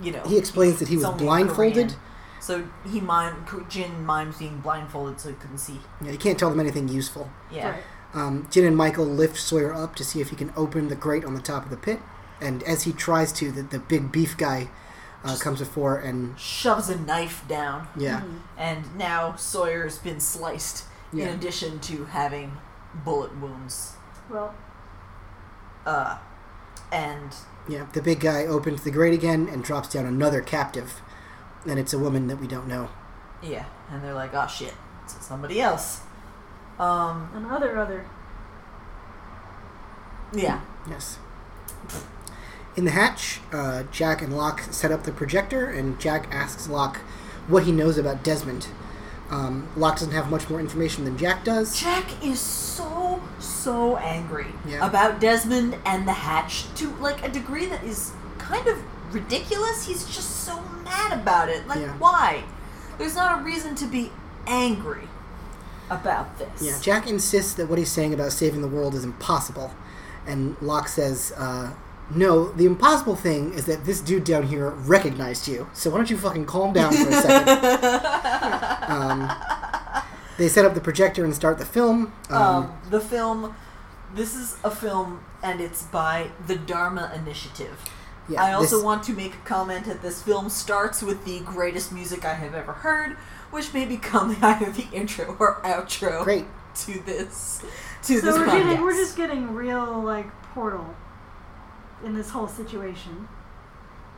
[SPEAKER 2] you know.
[SPEAKER 3] Um, He explains that he
[SPEAKER 2] he's
[SPEAKER 3] was
[SPEAKER 2] only
[SPEAKER 3] blindfolded.
[SPEAKER 2] Korean. So he mime, Jin mimes being blindfolded so he couldn't see.
[SPEAKER 3] Yeah, he can't tell them anything useful.
[SPEAKER 2] Yeah.
[SPEAKER 1] Right.
[SPEAKER 3] Um, Jin and Michael lift Sawyer up to see if he can open the grate on the top of the pit. And as he tries to, the, the big beef guy uh, comes before and.
[SPEAKER 2] Shoves a knife down.
[SPEAKER 3] Yeah.
[SPEAKER 1] Mm-hmm.
[SPEAKER 2] And now Sawyer's been sliced
[SPEAKER 3] Yeah.
[SPEAKER 2] in addition to having bullet wounds.
[SPEAKER 1] Well,
[SPEAKER 2] Uh, and
[SPEAKER 3] Yeah, the big guy opens the grate again and drops down another captive. And it's a woman that we don't know.
[SPEAKER 2] yeah, and they're like, oh shit, it's somebody else. Um,
[SPEAKER 1] and other other.
[SPEAKER 2] yeah.
[SPEAKER 3] Yes. In the hatch, uh, Jack and Locke set up the projector, and Jack asks Locke what he knows about Desmond. Um, Locke doesn't have much more information than Jack does.
[SPEAKER 2] Jack is so so angry
[SPEAKER 3] Yeah.
[SPEAKER 2] about Desmond and the Hatch to like a degree that is kind of ridiculous. He's just so mad about it. Like
[SPEAKER 3] Yeah.
[SPEAKER 2] why? There's not a reason to be angry about this.
[SPEAKER 3] Yeah, Jack insists that what he's saying about saving the world is impossible. And Locke says, uh, No, the impossible thing is that this dude down here recognized you. So why don't you fucking calm down for a second? um, they set up the projector and start the film. Um,
[SPEAKER 2] um, the film this is a film and it's by the Dharma Initiative.
[SPEAKER 3] yeah,
[SPEAKER 2] Oh, I also
[SPEAKER 3] this-
[SPEAKER 2] want to make a comment that this film starts with the greatest music I have ever heard, which may become either the intro or outro.
[SPEAKER 3] Great.
[SPEAKER 2] to this to
[SPEAKER 1] So
[SPEAKER 2] this
[SPEAKER 1] we're
[SPEAKER 2] podcast.
[SPEAKER 1] getting we're just getting real like portal in this whole situation.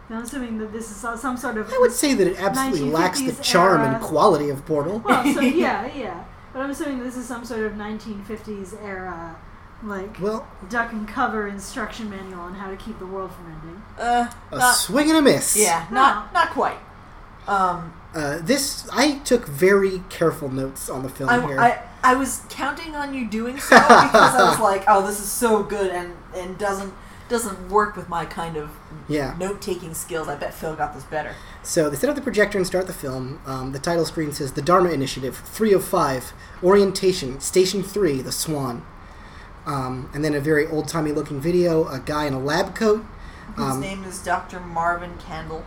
[SPEAKER 1] And I'm assuming that this is some sort of
[SPEAKER 3] I would say that it absolutely lacks the
[SPEAKER 1] 1950s
[SPEAKER 3] charm
[SPEAKER 1] era.
[SPEAKER 3] and quality of Portal.
[SPEAKER 1] Well, so yeah, yeah. But I'm assuming this is some sort of 1950s era, like
[SPEAKER 3] Well,
[SPEAKER 1] duck and cover instruction manual on how to keep the world from ending.
[SPEAKER 2] uh,
[SPEAKER 3] a
[SPEAKER 2] not,
[SPEAKER 3] swing and a miss.
[SPEAKER 2] yeah,
[SPEAKER 1] Oh.
[SPEAKER 2] not not quite. Um,
[SPEAKER 3] Uh, this I took very careful notes on the film
[SPEAKER 2] I,
[SPEAKER 3] here.
[SPEAKER 2] I I was counting on you doing so because I was like, oh, this is so good and and doesn't doesn't work with my kind of
[SPEAKER 3] yeah.
[SPEAKER 2] note taking skills. I bet Phil got this better.
[SPEAKER 3] So they set up the projector and start the film. Um, the title screen says "The Dharma Initiative, three of five, orientation, station three, the Swan," um, and then a very old-timey looking video. A guy in a lab coat.
[SPEAKER 2] His
[SPEAKER 3] Um,
[SPEAKER 2] name is Dr. Marvin Candle.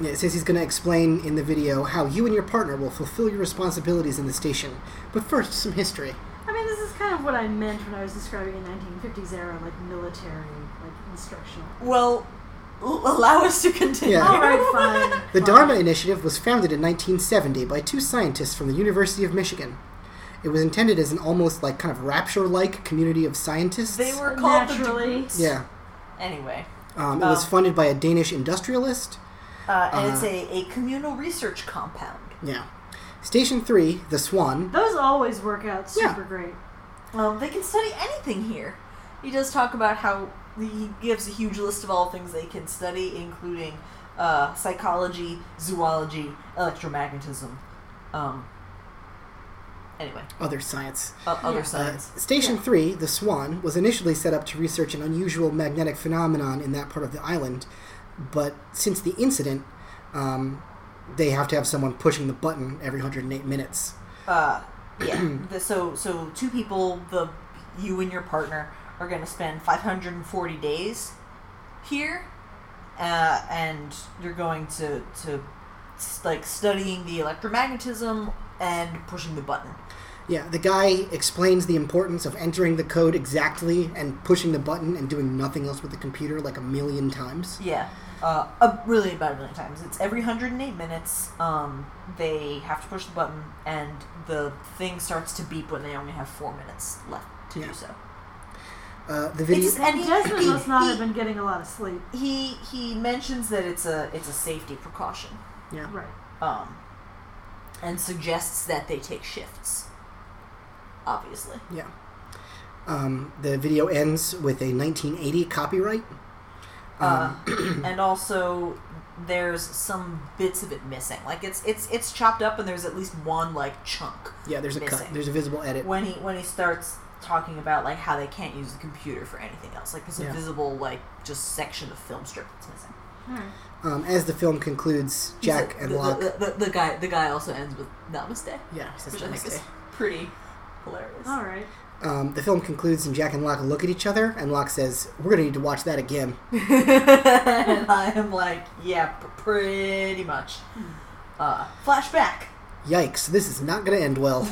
[SPEAKER 3] It says he's going to explain in the video how you and your partner will fulfill your responsibilities in the station. But first, some history.
[SPEAKER 1] I mean, this is kind of what I meant when I was describing a 1950s era, like military, like instructional.
[SPEAKER 2] Well, l- allow us to continue.
[SPEAKER 3] Yeah.
[SPEAKER 1] All right, fine.
[SPEAKER 3] The
[SPEAKER 1] fine.
[SPEAKER 3] Dharma Initiative was founded in 1970 by two scientists from the University of Michigan. It was intended as an almost like kind of rapture like community of scientists.
[SPEAKER 2] They were called
[SPEAKER 1] Naturally.
[SPEAKER 2] the Degrees.
[SPEAKER 3] Yeah.
[SPEAKER 2] Anyway,
[SPEAKER 3] Um, it was
[SPEAKER 2] Oh.
[SPEAKER 3] funded by a Danish industrialist.
[SPEAKER 2] uh, and it's
[SPEAKER 3] Uh,
[SPEAKER 2] a, a communal research compound.
[SPEAKER 3] Yeah. Station 3, the Swan.
[SPEAKER 1] Those always work out super
[SPEAKER 3] Yeah.
[SPEAKER 1] great.
[SPEAKER 2] Um, they can study anything here. He does talk about how he gives a huge list of all things they can study, including uh, psychology, zoology, electromagnetism. Um, anyway,
[SPEAKER 3] Other science.
[SPEAKER 2] o-
[SPEAKER 1] Yeah.
[SPEAKER 2] other
[SPEAKER 3] Uh,
[SPEAKER 2] science.
[SPEAKER 3] Station 3, the Swan, was initially set up to research an unusual magnetic phenomenon in that part of the island, but since the incident, um, they have to have someone pushing the button every 108 minutes.
[SPEAKER 2] Uh, yeah. the, so, so two people, the you and your partner, are going to spend 540 days here, uh, and you're going to to s- like studying the electromagnetism and pushing the button.
[SPEAKER 3] Yeah, the guy explains the importance of entering the code exactly and pushing the button and doing nothing else with the computer like a million times.
[SPEAKER 2] Yeah. uh, a, really about a million times. It's every 108 minutes, um, they have to push the button, and the thing starts to beep when they only have four minutes left to
[SPEAKER 3] Yeah.
[SPEAKER 2] do so.
[SPEAKER 3] Uh, the video.
[SPEAKER 2] It's-
[SPEAKER 1] And
[SPEAKER 2] he-
[SPEAKER 1] Desmond
[SPEAKER 2] he-
[SPEAKER 1] must not
[SPEAKER 2] he-
[SPEAKER 1] have been getting a lot of sleep.
[SPEAKER 2] He he mentions that it's a it's a safety precaution,
[SPEAKER 3] yeah.
[SPEAKER 1] Right.
[SPEAKER 2] um, and suggests that they take shifts. Obviously,
[SPEAKER 3] Yeah. Um, the video ends with a 1980 copyright.
[SPEAKER 2] uh,
[SPEAKER 3] Um,
[SPEAKER 2] and also there's some bits of it missing. Like it's it's it's chopped up, and there's at least one like chunk
[SPEAKER 3] Yeah, there's a cut.
[SPEAKER 2] Missing.
[SPEAKER 3] There's a visible edit.
[SPEAKER 2] when he when he starts talking about like how they can't use the computer for anything else like this
[SPEAKER 3] Yeah.
[SPEAKER 2] invisible like just section of film strip that's missing
[SPEAKER 1] All right.
[SPEAKER 3] Um, as the film concludes, Jack
[SPEAKER 2] He's
[SPEAKER 3] and
[SPEAKER 2] like-
[SPEAKER 3] Locke.
[SPEAKER 2] the, the, the, the guy the guy also ends with namaste
[SPEAKER 3] yeah, he says
[SPEAKER 2] which i think is
[SPEAKER 3] namaste.
[SPEAKER 2] pretty hilarious
[SPEAKER 1] All right.
[SPEAKER 3] Um, the film concludes, and Jack and Locke look at each other, and Locke says, "We're gonna need to watch that again."
[SPEAKER 2] and i am like yeah pr- pretty much uh, flashback
[SPEAKER 3] Yikes! This is not gonna end well.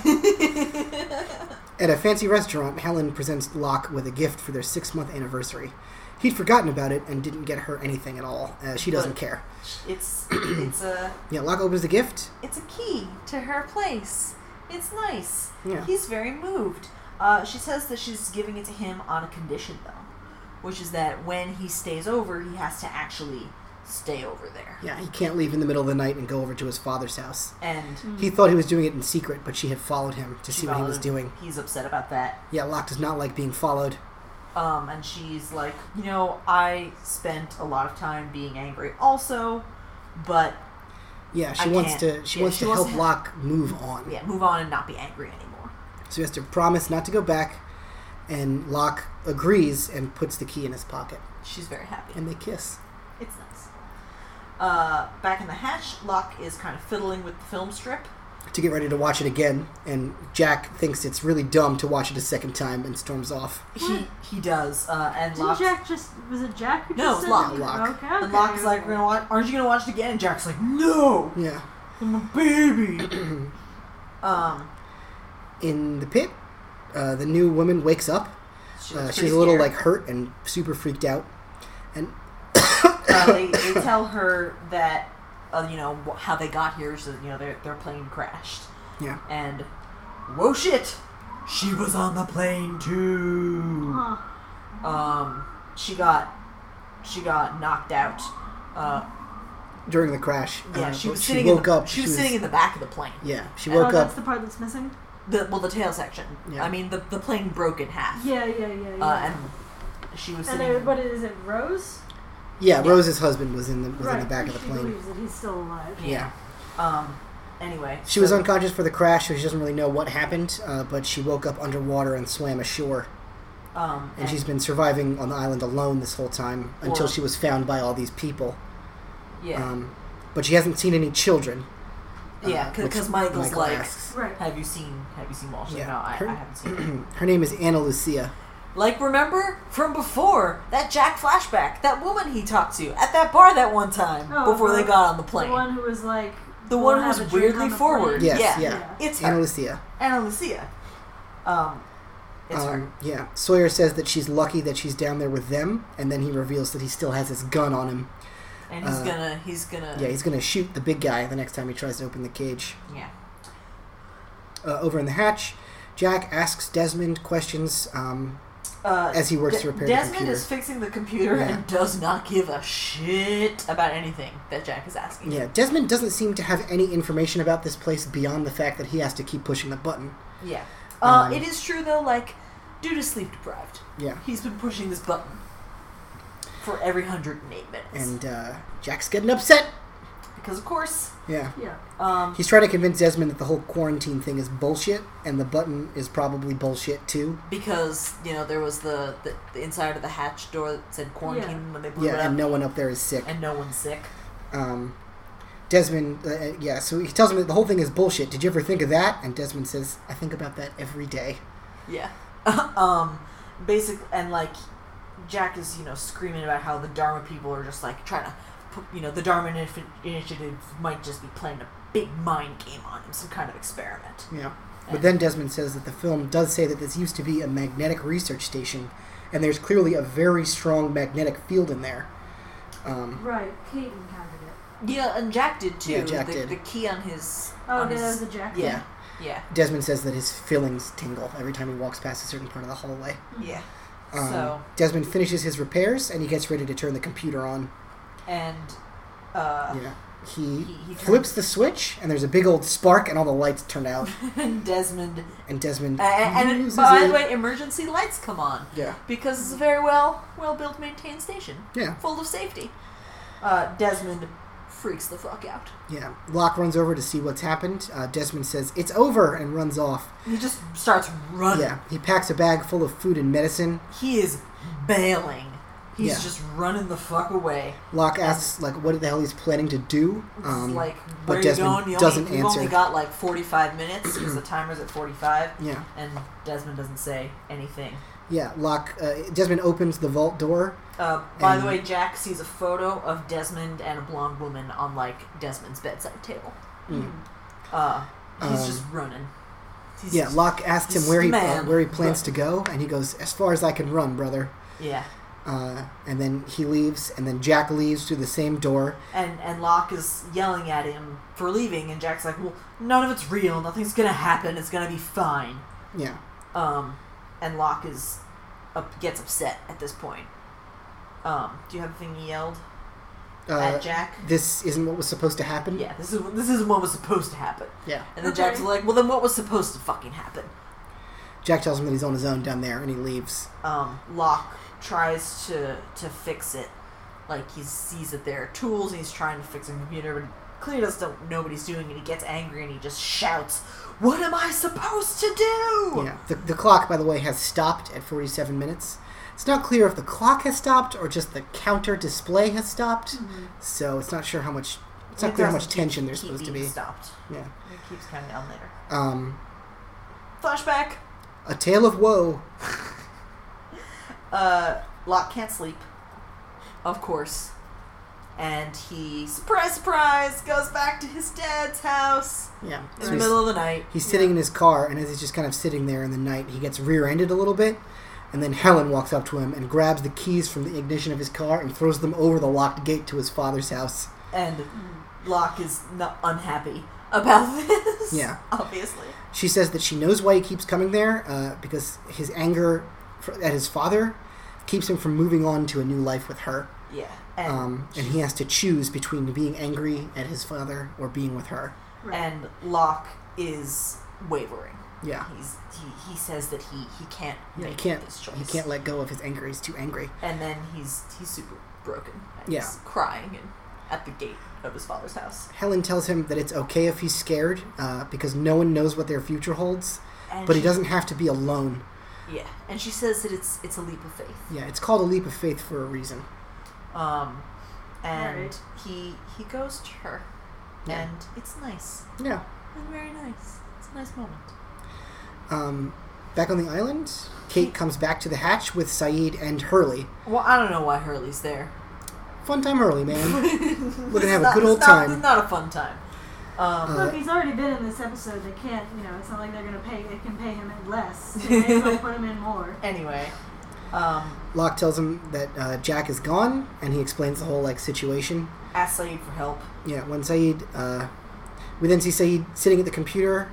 [SPEAKER 3] At a fancy restaurant, Helen presents Locke with a gift for their six-month anniversary. He'd forgotten about it and didn't get her anything at all. Uh, she doesn't
[SPEAKER 2] But-
[SPEAKER 3] care.
[SPEAKER 2] it's it's a
[SPEAKER 3] Yeah, Locke opens the gift.
[SPEAKER 2] it's a key to her place. It's nice.
[SPEAKER 3] Yeah.
[SPEAKER 2] He's very moved. Uh, she says that she's giving it to him on a condition, though, which is that when he stays over, he has to actually stay over there.
[SPEAKER 3] Yeah, he can't leave in the middle of the night and go over to his father's house.
[SPEAKER 2] And
[SPEAKER 3] He thought he was doing it in secret, but she had followed him to Hmm. see what he was
[SPEAKER 2] Valid-
[SPEAKER 3] doing.
[SPEAKER 2] He's upset about that.
[SPEAKER 3] Yeah, Locke does not like being followed.
[SPEAKER 2] Um, and she's like, you know, I spent a lot of time being angry, also, but
[SPEAKER 3] Yeah, she
[SPEAKER 2] I
[SPEAKER 3] wants
[SPEAKER 2] can't.
[SPEAKER 3] to. She
[SPEAKER 2] Yeah,
[SPEAKER 3] wants
[SPEAKER 2] she
[SPEAKER 3] to
[SPEAKER 2] wants
[SPEAKER 3] help
[SPEAKER 2] to-
[SPEAKER 3] Locke move on.
[SPEAKER 2] yeah, move on and not be angry anymore.
[SPEAKER 3] So he has to promise not to go back, and Locke agrees and puts the key in his pocket,
[SPEAKER 2] She's very happy.
[SPEAKER 3] and they kiss.
[SPEAKER 2] It's nice. Uh, back in the hatch, Locke is kind of fiddling with the film strip.
[SPEAKER 3] To get ready to watch it again, and Jack thinks it's really dumb to watch it a second time and storms off.
[SPEAKER 2] He he does, uh, and
[SPEAKER 1] Didn't
[SPEAKER 2] Locke
[SPEAKER 1] Jack just was it Jack who
[SPEAKER 2] No,
[SPEAKER 1] just said
[SPEAKER 2] Locke.
[SPEAKER 1] that?
[SPEAKER 3] Locke.
[SPEAKER 1] Okay,
[SPEAKER 2] and
[SPEAKER 1] okay.
[SPEAKER 2] Locke is like, "We're gonna watch. Aren't you gonna watch it again?" And Jack's like, "No,
[SPEAKER 3] Yeah,
[SPEAKER 2] I'm a baby."
[SPEAKER 3] Uh,
[SPEAKER 2] um,
[SPEAKER 3] in the pit, uh, the new woman wakes up.
[SPEAKER 2] she
[SPEAKER 3] Uh,
[SPEAKER 2] looks
[SPEAKER 3] she's
[SPEAKER 2] pretty
[SPEAKER 3] a little
[SPEAKER 2] scared.
[SPEAKER 3] like hurt and super freaked out, and
[SPEAKER 2] uh, they, they tell her that uh, you know wh- how they got here. So you know their their plane crashed,
[SPEAKER 3] yeah,
[SPEAKER 2] and whoa shit, she was on the plane too.
[SPEAKER 1] Huh.
[SPEAKER 2] Um, she got she got knocked out. Uh,
[SPEAKER 3] during the crash,
[SPEAKER 2] yeah,
[SPEAKER 3] uh,
[SPEAKER 2] she was
[SPEAKER 3] she
[SPEAKER 2] sitting.
[SPEAKER 3] woke
[SPEAKER 2] in the,
[SPEAKER 3] up.
[SPEAKER 2] She was sitting in the back of the plane.
[SPEAKER 3] Yeah, she
[SPEAKER 1] Oh,
[SPEAKER 3] woke
[SPEAKER 1] that's
[SPEAKER 3] up.
[SPEAKER 1] the part that's missing.
[SPEAKER 2] The well, the tail section.
[SPEAKER 3] Yeah.
[SPEAKER 2] I mean, the the plane broke in half.
[SPEAKER 1] Yeah, yeah, yeah, yeah.
[SPEAKER 2] Uh, and she was
[SPEAKER 1] and
[SPEAKER 2] sitting.
[SPEAKER 1] there, what is it? Rose.
[SPEAKER 3] Yeah,
[SPEAKER 2] Yeah.
[SPEAKER 3] Rose's husband was in the was
[SPEAKER 1] right.
[SPEAKER 3] in the back of
[SPEAKER 1] she
[SPEAKER 3] the plane.
[SPEAKER 1] believes that he's still alive.
[SPEAKER 3] Yeah,
[SPEAKER 2] Um. Anyway,
[SPEAKER 3] she was unconscious for the crash, so she doesn't really know what happened. Uh, but she woke up underwater and swam ashore,
[SPEAKER 2] Um.
[SPEAKER 3] and she's been surviving on the island alone this whole time until
[SPEAKER 2] Well-
[SPEAKER 3] she was found by all these people.
[SPEAKER 2] yeah.
[SPEAKER 3] Um, but she hasn't seen any children. uh,
[SPEAKER 2] yeah.
[SPEAKER 3] which
[SPEAKER 2] Because Michael's
[SPEAKER 3] Michael
[SPEAKER 2] like,
[SPEAKER 3] asks.
[SPEAKER 1] Right.
[SPEAKER 2] "Have you seen? Have you seen Walsh?"
[SPEAKER 3] Yeah.
[SPEAKER 2] Yeah. No, I,
[SPEAKER 3] Her-
[SPEAKER 2] I haven't seen. it.
[SPEAKER 3] Her name is Anna Lucia.
[SPEAKER 2] like, remember from before that Jack flashback? That woman he talked to at that bar that one time
[SPEAKER 1] Oh,
[SPEAKER 2] before they
[SPEAKER 1] the-
[SPEAKER 2] got on the
[SPEAKER 1] The
[SPEAKER 2] plane.
[SPEAKER 1] one who was like
[SPEAKER 2] The
[SPEAKER 1] we'll
[SPEAKER 2] one who
[SPEAKER 1] have
[SPEAKER 2] was
[SPEAKER 1] a drink
[SPEAKER 2] weirdly
[SPEAKER 1] on the
[SPEAKER 2] forward.
[SPEAKER 1] plane.
[SPEAKER 3] Yes,
[SPEAKER 2] yeah.
[SPEAKER 3] yeah.
[SPEAKER 2] It's
[SPEAKER 3] Anna
[SPEAKER 2] her.
[SPEAKER 3] Lucia.
[SPEAKER 2] Anna Lucia. Um. It's her.
[SPEAKER 3] Um, yeah. Sawyer says that she's lucky that she's down there with them, and then he reveals that he still has his gun on him.
[SPEAKER 2] And he's
[SPEAKER 3] uh,
[SPEAKER 2] gonna. He's gonna.
[SPEAKER 3] Yeah, he's gonna shoot the big guy the next time he tries to open the cage.
[SPEAKER 2] yeah.
[SPEAKER 3] uh, over in the hatch. Jack asks Desmond questions. Um,
[SPEAKER 2] uh,
[SPEAKER 3] As he works
[SPEAKER 2] De-
[SPEAKER 3] to repair the
[SPEAKER 2] Desmond
[SPEAKER 3] computer.
[SPEAKER 2] is fixing the computer
[SPEAKER 3] Yeah.
[SPEAKER 2] and does not give a shit about anything that Jack is asking.
[SPEAKER 3] yeah, Desmond doesn't seem to have any information about this place beyond the fact that he has to keep pushing the button.
[SPEAKER 2] Yeah. Uh,
[SPEAKER 3] Um,
[SPEAKER 2] it is true though. Like, dude is sleep deprived.
[SPEAKER 3] Yeah,
[SPEAKER 2] He's been pushing this button for every hundred and eight minutes
[SPEAKER 3] and uh, Jack's getting upset.
[SPEAKER 2] because, of course,
[SPEAKER 3] Yeah,
[SPEAKER 1] Yeah.
[SPEAKER 2] um,
[SPEAKER 3] he's trying to convince Desmond that the whole quarantine thing is bullshit, and the button is probably bullshit too.
[SPEAKER 2] because you know there was the, the the inside of the hatch door that said quarantine when they blew it
[SPEAKER 3] Yeah,
[SPEAKER 2] up,
[SPEAKER 3] and no one up there is sick.
[SPEAKER 2] and no one's sick.
[SPEAKER 3] Um, Desmond, uh, uh, yeah, so he tells him that the whole thing is bullshit. Did you ever think of that? And Desmond says, I think about that every day.
[SPEAKER 2] Yeah. um, basic and like Jack is you know screaming about how the Dharma people are just like trying to, put, you know, the Dharma inif- initiative might just be playing a big mind game on him, some kind of experiment.
[SPEAKER 3] Yeah. But then Desmond says that the film does say that this used to be a magnetic research station, and there's clearly a very strong magnetic field in there. Um,
[SPEAKER 1] Right, Kate encountered it.
[SPEAKER 2] Yeah, and Jack did too.
[SPEAKER 3] Yeah, Jack
[SPEAKER 2] the,
[SPEAKER 3] did.
[SPEAKER 2] the key on his.
[SPEAKER 1] Oh,
[SPEAKER 2] on
[SPEAKER 1] yeah, that was
[SPEAKER 2] his,
[SPEAKER 1] the jack.
[SPEAKER 3] yeah.
[SPEAKER 2] yeah,
[SPEAKER 3] Desmond says that his fillings tingle every time he walks past a certain part of the hallway.
[SPEAKER 2] yeah.
[SPEAKER 3] Um,
[SPEAKER 2] So-
[SPEAKER 3] Desmond finishes his repairs and he gets ready to turn the computer on.
[SPEAKER 1] Mm-hmm.
[SPEAKER 2] And uh,
[SPEAKER 3] Yeah. He,
[SPEAKER 2] He- he
[SPEAKER 3] flips the switch and there's a big old spark and all the lights turn out.
[SPEAKER 2] Desmond.
[SPEAKER 3] And Desmond.
[SPEAKER 2] a- a- And, and
[SPEAKER 3] loses
[SPEAKER 2] by
[SPEAKER 3] it.
[SPEAKER 2] the way, emergency lights come on
[SPEAKER 3] Yeah.
[SPEAKER 2] because it's a very well, well built, maintained station,
[SPEAKER 3] Yeah.
[SPEAKER 2] full of safety. Uh, Desmond freaks the fuck out.
[SPEAKER 3] Yeah. Locke runs over to see what's happened. Uh, Desmond says, It's over, and runs off.
[SPEAKER 2] He just starts running.
[SPEAKER 3] Yeah. He packs a bag full of food and medicine.
[SPEAKER 2] He is bailing. He's
[SPEAKER 3] Yeah.
[SPEAKER 2] just running the fuck away.
[SPEAKER 3] Locke asks, like, what the hell he's planning to do.
[SPEAKER 2] It's
[SPEAKER 3] Um,
[SPEAKER 2] like,
[SPEAKER 3] but
[SPEAKER 2] where are you
[SPEAKER 3] Desmond
[SPEAKER 2] going? You
[SPEAKER 3] doesn't
[SPEAKER 2] only, We've only
[SPEAKER 3] answer.
[SPEAKER 2] got like 45 minutes because the timer's at 45,
[SPEAKER 3] yeah.
[SPEAKER 2] and Desmond doesn't say anything.
[SPEAKER 3] Yeah. Locke. Uh, Desmond opens the vault door.
[SPEAKER 2] Uh, by
[SPEAKER 3] And-
[SPEAKER 2] the way, Jack sees a photo of Desmond and a blonde woman on like Desmond's bedside table.
[SPEAKER 3] Mm.
[SPEAKER 1] Mm-hmm.
[SPEAKER 2] Uh, he's
[SPEAKER 3] Um,
[SPEAKER 2] just running. He's
[SPEAKER 3] Yeah.
[SPEAKER 2] just-
[SPEAKER 3] Locke asks him
[SPEAKER 2] he's
[SPEAKER 3] where he
[SPEAKER 2] the
[SPEAKER 3] uh,
[SPEAKER 2] man,
[SPEAKER 3] where he plans
[SPEAKER 2] but-
[SPEAKER 3] to go, and he goes, "As far as I can run, brother."
[SPEAKER 2] yeah.
[SPEAKER 3] Uh, and then he leaves, and then Jack leaves through the same door.
[SPEAKER 2] And and Locke is yelling at him for leaving, and Jack's like, "Well, none of it's real. Nothing's gonna happen. It's gonna be fine."
[SPEAKER 3] Yeah.
[SPEAKER 2] Um, and Locke is up, gets upset at this point. Um, do you have a thing he yelled
[SPEAKER 3] Uh,
[SPEAKER 2] at Jack?
[SPEAKER 3] this isn't what was supposed to happen.
[SPEAKER 2] Yeah, this is this isn't what was supposed to happen.
[SPEAKER 3] Yeah.
[SPEAKER 2] And then
[SPEAKER 1] Okay.
[SPEAKER 2] Jack's like, "Well, then what was supposed to fucking happen?"
[SPEAKER 3] Jack tells him that he's on his own down there, and he leaves.
[SPEAKER 2] um, Locke tries to to fix it. Like he sees that there are tools and he's trying to fix a computer, but he clearly doesn't know what he's doing, and he gets angry and he just shouts, "What am I supposed to do?"
[SPEAKER 3] Yeah. The, the clock, by the way, has stopped at 47 minutes. It's not clear if the clock has stopped or just the counter display has stopped. So it's not sure how much. It's not
[SPEAKER 2] It
[SPEAKER 3] clear how much
[SPEAKER 2] doesn't keep-
[SPEAKER 3] tension there's
[SPEAKER 2] keep
[SPEAKER 3] supposed to
[SPEAKER 2] being
[SPEAKER 3] be.
[SPEAKER 2] Stopped.
[SPEAKER 3] Yeah.
[SPEAKER 2] It keeps coming down later.
[SPEAKER 3] Um,
[SPEAKER 2] Flashback.
[SPEAKER 3] a tale of woe.
[SPEAKER 2] Uh, Locke can't sleep, of course, and he surprise surprise goes back to his dad's house
[SPEAKER 3] Yeah.
[SPEAKER 2] in
[SPEAKER 3] So
[SPEAKER 2] the
[SPEAKER 3] he's,
[SPEAKER 2] middle of the night.
[SPEAKER 3] he's sitting in his car, and as he's just kind of sitting there in the night, he gets rear-ended a little bit, and then Helen walks up to him and grabs the keys from the ignition of his car and throws them over the locked gate to his father's house.
[SPEAKER 2] and
[SPEAKER 1] Mm-hmm.
[SPEAKER 2] Locke is not unhappy about this.
[SPEAKER 3] Yeah.
[SPEAKER 2] obviously.
[SPEAKER 3] She says that she knows why he keeps coming there, uh, because his anger fr- at his father keeps him from moving on to a new life with her.
[SPEAKER 2] Yeah, and
[SPEAKER 3] Um, and he has to choose between being angry at his father or being with her.
[SPEAKER 2] and Locke is wavering.
[SPEAKER 3] Yeah.
[SPEAKER 2] He's he, he says that he he can't
[SPEAKER 3] Yeah, he
[SPEAKER 2] make
[SPEAKER 3] can't.
[SPEAKER 2] this choice.
[SPEAKER 3] He can't let go of his anger. He's too angry.
[SPEAKER 2] and then he's he's super broken. And
[SPEAKER 3] Yeah.
[SPEAKER 2] he's crying and at the gate of his father's house.
[SPEAKER 3] Helen tells him that it's okay if he's scared uh, because no one knows what their future holds,
[SPEAKER 2] And
[SPEAKER 3] but he
[SPEAKER 2] she-
[SPEAKER 3] doesn't have to be alone.
[SPEAKER 2] Yeah, and she says that it's it's a leap of faith.
[SPEAKER 3] Yeah, it's called a leap of faith for a reason.
[SPEAKER 2] Um, and
[SPEAKER 1] Alright.
[SPEAKER 2] he he goes to her,
[SPEAKER 3] Yeah.
[SPEAKER 2] and it's nice.
[SPEAKER 3] Yeah.
[SPEAKER 2] It's very nice. It's a nice moment.
[SPEAKER 3] Um, back on the island, Kate comes back to the hatch with Saeed and Hurley.
[SPEAKER 2] Well, I don't know why Hurley's there.
[SPEAKER 3] Fun time Hurley, man.
[SPEAKER 2] We're
[SPEAKER 3] gonna have a good old time.
[SPEAKER 2] It's not a fun time. Um,
[SPEAKER 3] Uh,
[SPEAKER 1] Look, he's already been in this episode. They can't, you know, it's not like they're gonna pay. They can pay him less. They may as well put him in more.
[SPEAKER 3] Uh,
[SPEAKER 2] anyway, um,
[SPEAKER 3] Locke tells him that uh, Jack is gone, and he explains the whole like situation.
[SPEAKER 2] ask Saeed for help.
[SPEAKER 3] Yeah, when Saeed, uh, we then see Saeed sitting at the computer,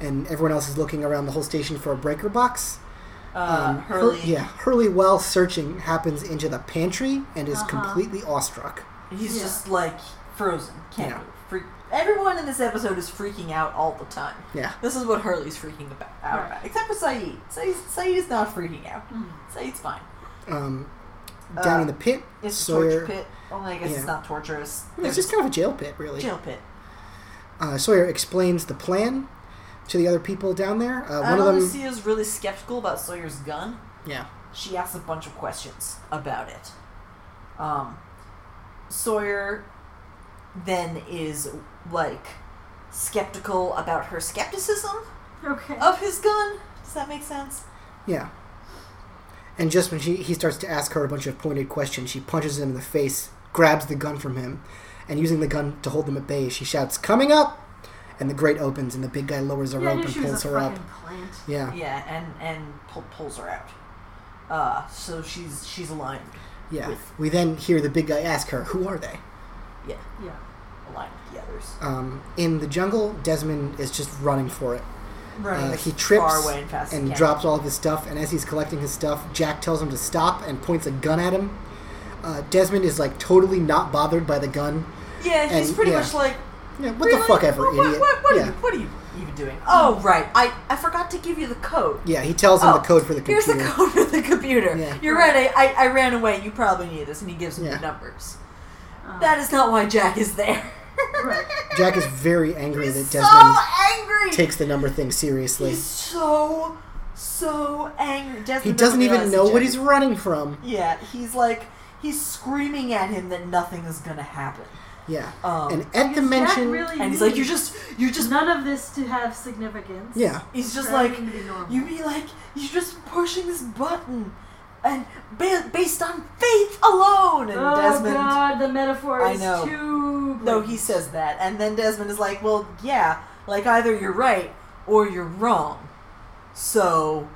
[SPEAKER 3] and everyone else is looking around the whole station for a breaker box.
[SPEAKER 2] Uh,
[SPEAKER 3] Um, Hur-
[SPEAKER 2] Hurley,
[SPEAKER 3] yeah, Hurley, while searching, happens into the pantry and is
[SPEAKER 1] Uh-huh.
[SPEAKER 3] completely awestruck.
[SPEAKER 2] he's
[SPEAKER 1] Yeah.
[SPEAKER 2] just like frozen. Can't
[SPEAKER 3] Yeah.
[SPEAKER 2] move. Freak. Everyone in this episode is freaking out all the time.
[SPEAKER 3] Yeah.
[SPEAKER 2] This is what Hurley's freaking about, out
[SPEAKER 1] Right.
[SPEAKER 2] about, except for Saeed. Saeed. Saeed's not freaking out.
[SPEAKER 1] Mm.
[SPEAKER 2] Saeed's fine.
[SPEAKER 3] Um, down
[SPEAKER 2] Uh,
[SPEAKER 3] in the pit,
[SPEAKER 2] It's
[SPEAKER 3] Sawyer.
[SPEAKER 2] a torture pit. Only I guess
[SPEAKER 3] Yeah.
[SPEAKER 2] it's not torturous.
[SPEAKER 3] It's just kind of a jail pit, really.
[SPEAKER 2] jail pit.
[SPEAKER 3] Uh, Sawyer explains the plan to the other people down there. Uh,
[SPEAKER 2] I
[SPEAKER 3] one of
[SPEAKER 2] know
[SPEAKER 3] them,
[SPEAKER 2] Lucia's really skeptical about Sawyer's gun.
[SPEAKER 3] yeah,
[SPEAKER 2] she asks a bunch of questions about it. Um, Sawyer then is like skeptical about her skepticism
[SPEAKER 1] Okay.
[SPEAKER 2] of his gun. Does that make sense?
[SPEAKER 3] yeah. And just when she, he starts to ask her a bunch of pointed questions, she punches him in the face, grabs the gun from him, and using the gun to hold them at bay, she shouts, "Coming up!" And the grate opens, and the big guy lowers her
[SPEAKER 1] yeah, I
[SPEAKER 3] rope
[SPEAKER 1] knew
[SPEAKER 3] and
[SPEAKER 1] she was
[SPEAKER 3] pulls
[SPEAKER 1] a
[SPEAKER 3] her up.
[SPEAKER 1] fucking plant.
[SPEAKER 3] Yeah,
[SPEAKER 2] Yeah, and and pull, pulls her out. Uh, so she's she's aligned.
[SPEAKER 3] yeah. Yeah.
[SPEAKER 2] With-
[SPEAKER 3] We then hear the big guy ask her, "Who are they?"
[SPEAKER 2] Yeah,
[SPEAKER 1] Yeah.
[SPEAKER 2] align with the others.
[SPEAKER 3] Um, in the jungle, Desmond is just running for it.
[SPEAKER 2] Running
[SPEAKER 3] Uh,
[SPEAKER 2] as
[SPEAKER 3] he trips
[SPEAKER 2] far away and fast as
[SPEAKER 3] and
[SPEAKER 2] he can.
[SPEAKER 3] drops all of his stuff. And as he's collecting his stuff, Jack tells him to stop and points a gun at him. Uh, Desmond is like totally not bothered by the gun.
[SPEAKER 2] Yeah, he's
[SPEAKER 3] and-
[SPEAKER 2] pretty
[SPEAKER 3] yeah.
[SPEAKER 2] much like,
[SPEAKER 3] Yeah, what the
[SPEAKER 2] "Really?
[SPEAKER 3] fuck ever,
[SPEAKER 2] what,
[SPEAKER 3] idiot.
[SPEAKER 2] What, what, what,
[SPEAKER 3] yeah.
[SPEAKER 2] are you, what are you even doing? Oh, right. I, I forgot to give you the code.
[SPEAKER 3] yeah, he tells him
[SPEAKER 2] Oh,
[SPEAKER 3] the code for the
[SPEAKER 2] Here's
[SPEAKER 3] computer.
[SPEAKER 2] the code for the computer.
[SPEAKER 3] Yeah.
[SPEAKER 2] You're right. I, I, I ran away. You probably need this. And he gives him
[SPEAKER 3] Yeah.
[SPEAKER 2] the numbers.
[SPEAKER 1] Uh,
[SPEAKER 2] That is not why Jack is there.
[SPEAKER 1] Right.
[SPEAKER 3] Jack is very angry
[SPEAKER 2] He's
[SPEAKER 3] that
[SPEAKER 2] so
[SPEAKER 3] Desmond
[SPEAKER 2] angry.
[SPEAKER 3] takes the number thing seriously.
[SPEAKER 2] He's so so angry. Desmond
[SPEAKER 3] he doesn't even
[SPEAKER 2] realize
[SPEAKER 3] know
[SPEAKER 2] that
[SPEAKER 3] what
[SPEAKER 2] Jack-
[SPEAKER 3] he's running from.
[SPEAKER 2] Yeah, he's like he's screaming at him that nothing is gonna happen.
[SPEAKER 3] Yeah.
[SPEAKER 2] Um,
[SPEAKER 3] and at the
[SPEAKER 1] Does Jack
[SPEAKER 3] mention,
[SPEAKER 1] really
[SPEAKER 2] and he's like,
[SPEAKER 1] need
[SPEAKER 2] "You just, you just."
[SPEAKER 1] none of this to have significance.
[SPEAKER 3] yeah,
[SPEAKER 2] He's just
[SPEAKER 1] For
[SPEAKER 2] like,
[SPEAKER 1] everything to be normal.
[SPEAKER 2] "You be like, you're just pushing this button, and ba- based on faith alone." And
[SPEAKER 1] oh
[SPEAKER 2] Desmond,
[SPEAKER 1] God, the metaphor
[SPEAKER 2] I
[SPEAKER 1] is
[SPEAKER 2] know.
[SPEAKER 1] too.
[SPEAKER 2] no,
[SPEAKER 1] blatant.
[SPEAKER 2] he says that, and then Desmond is like, "Well, yeah, like either you're right or you're wrong, so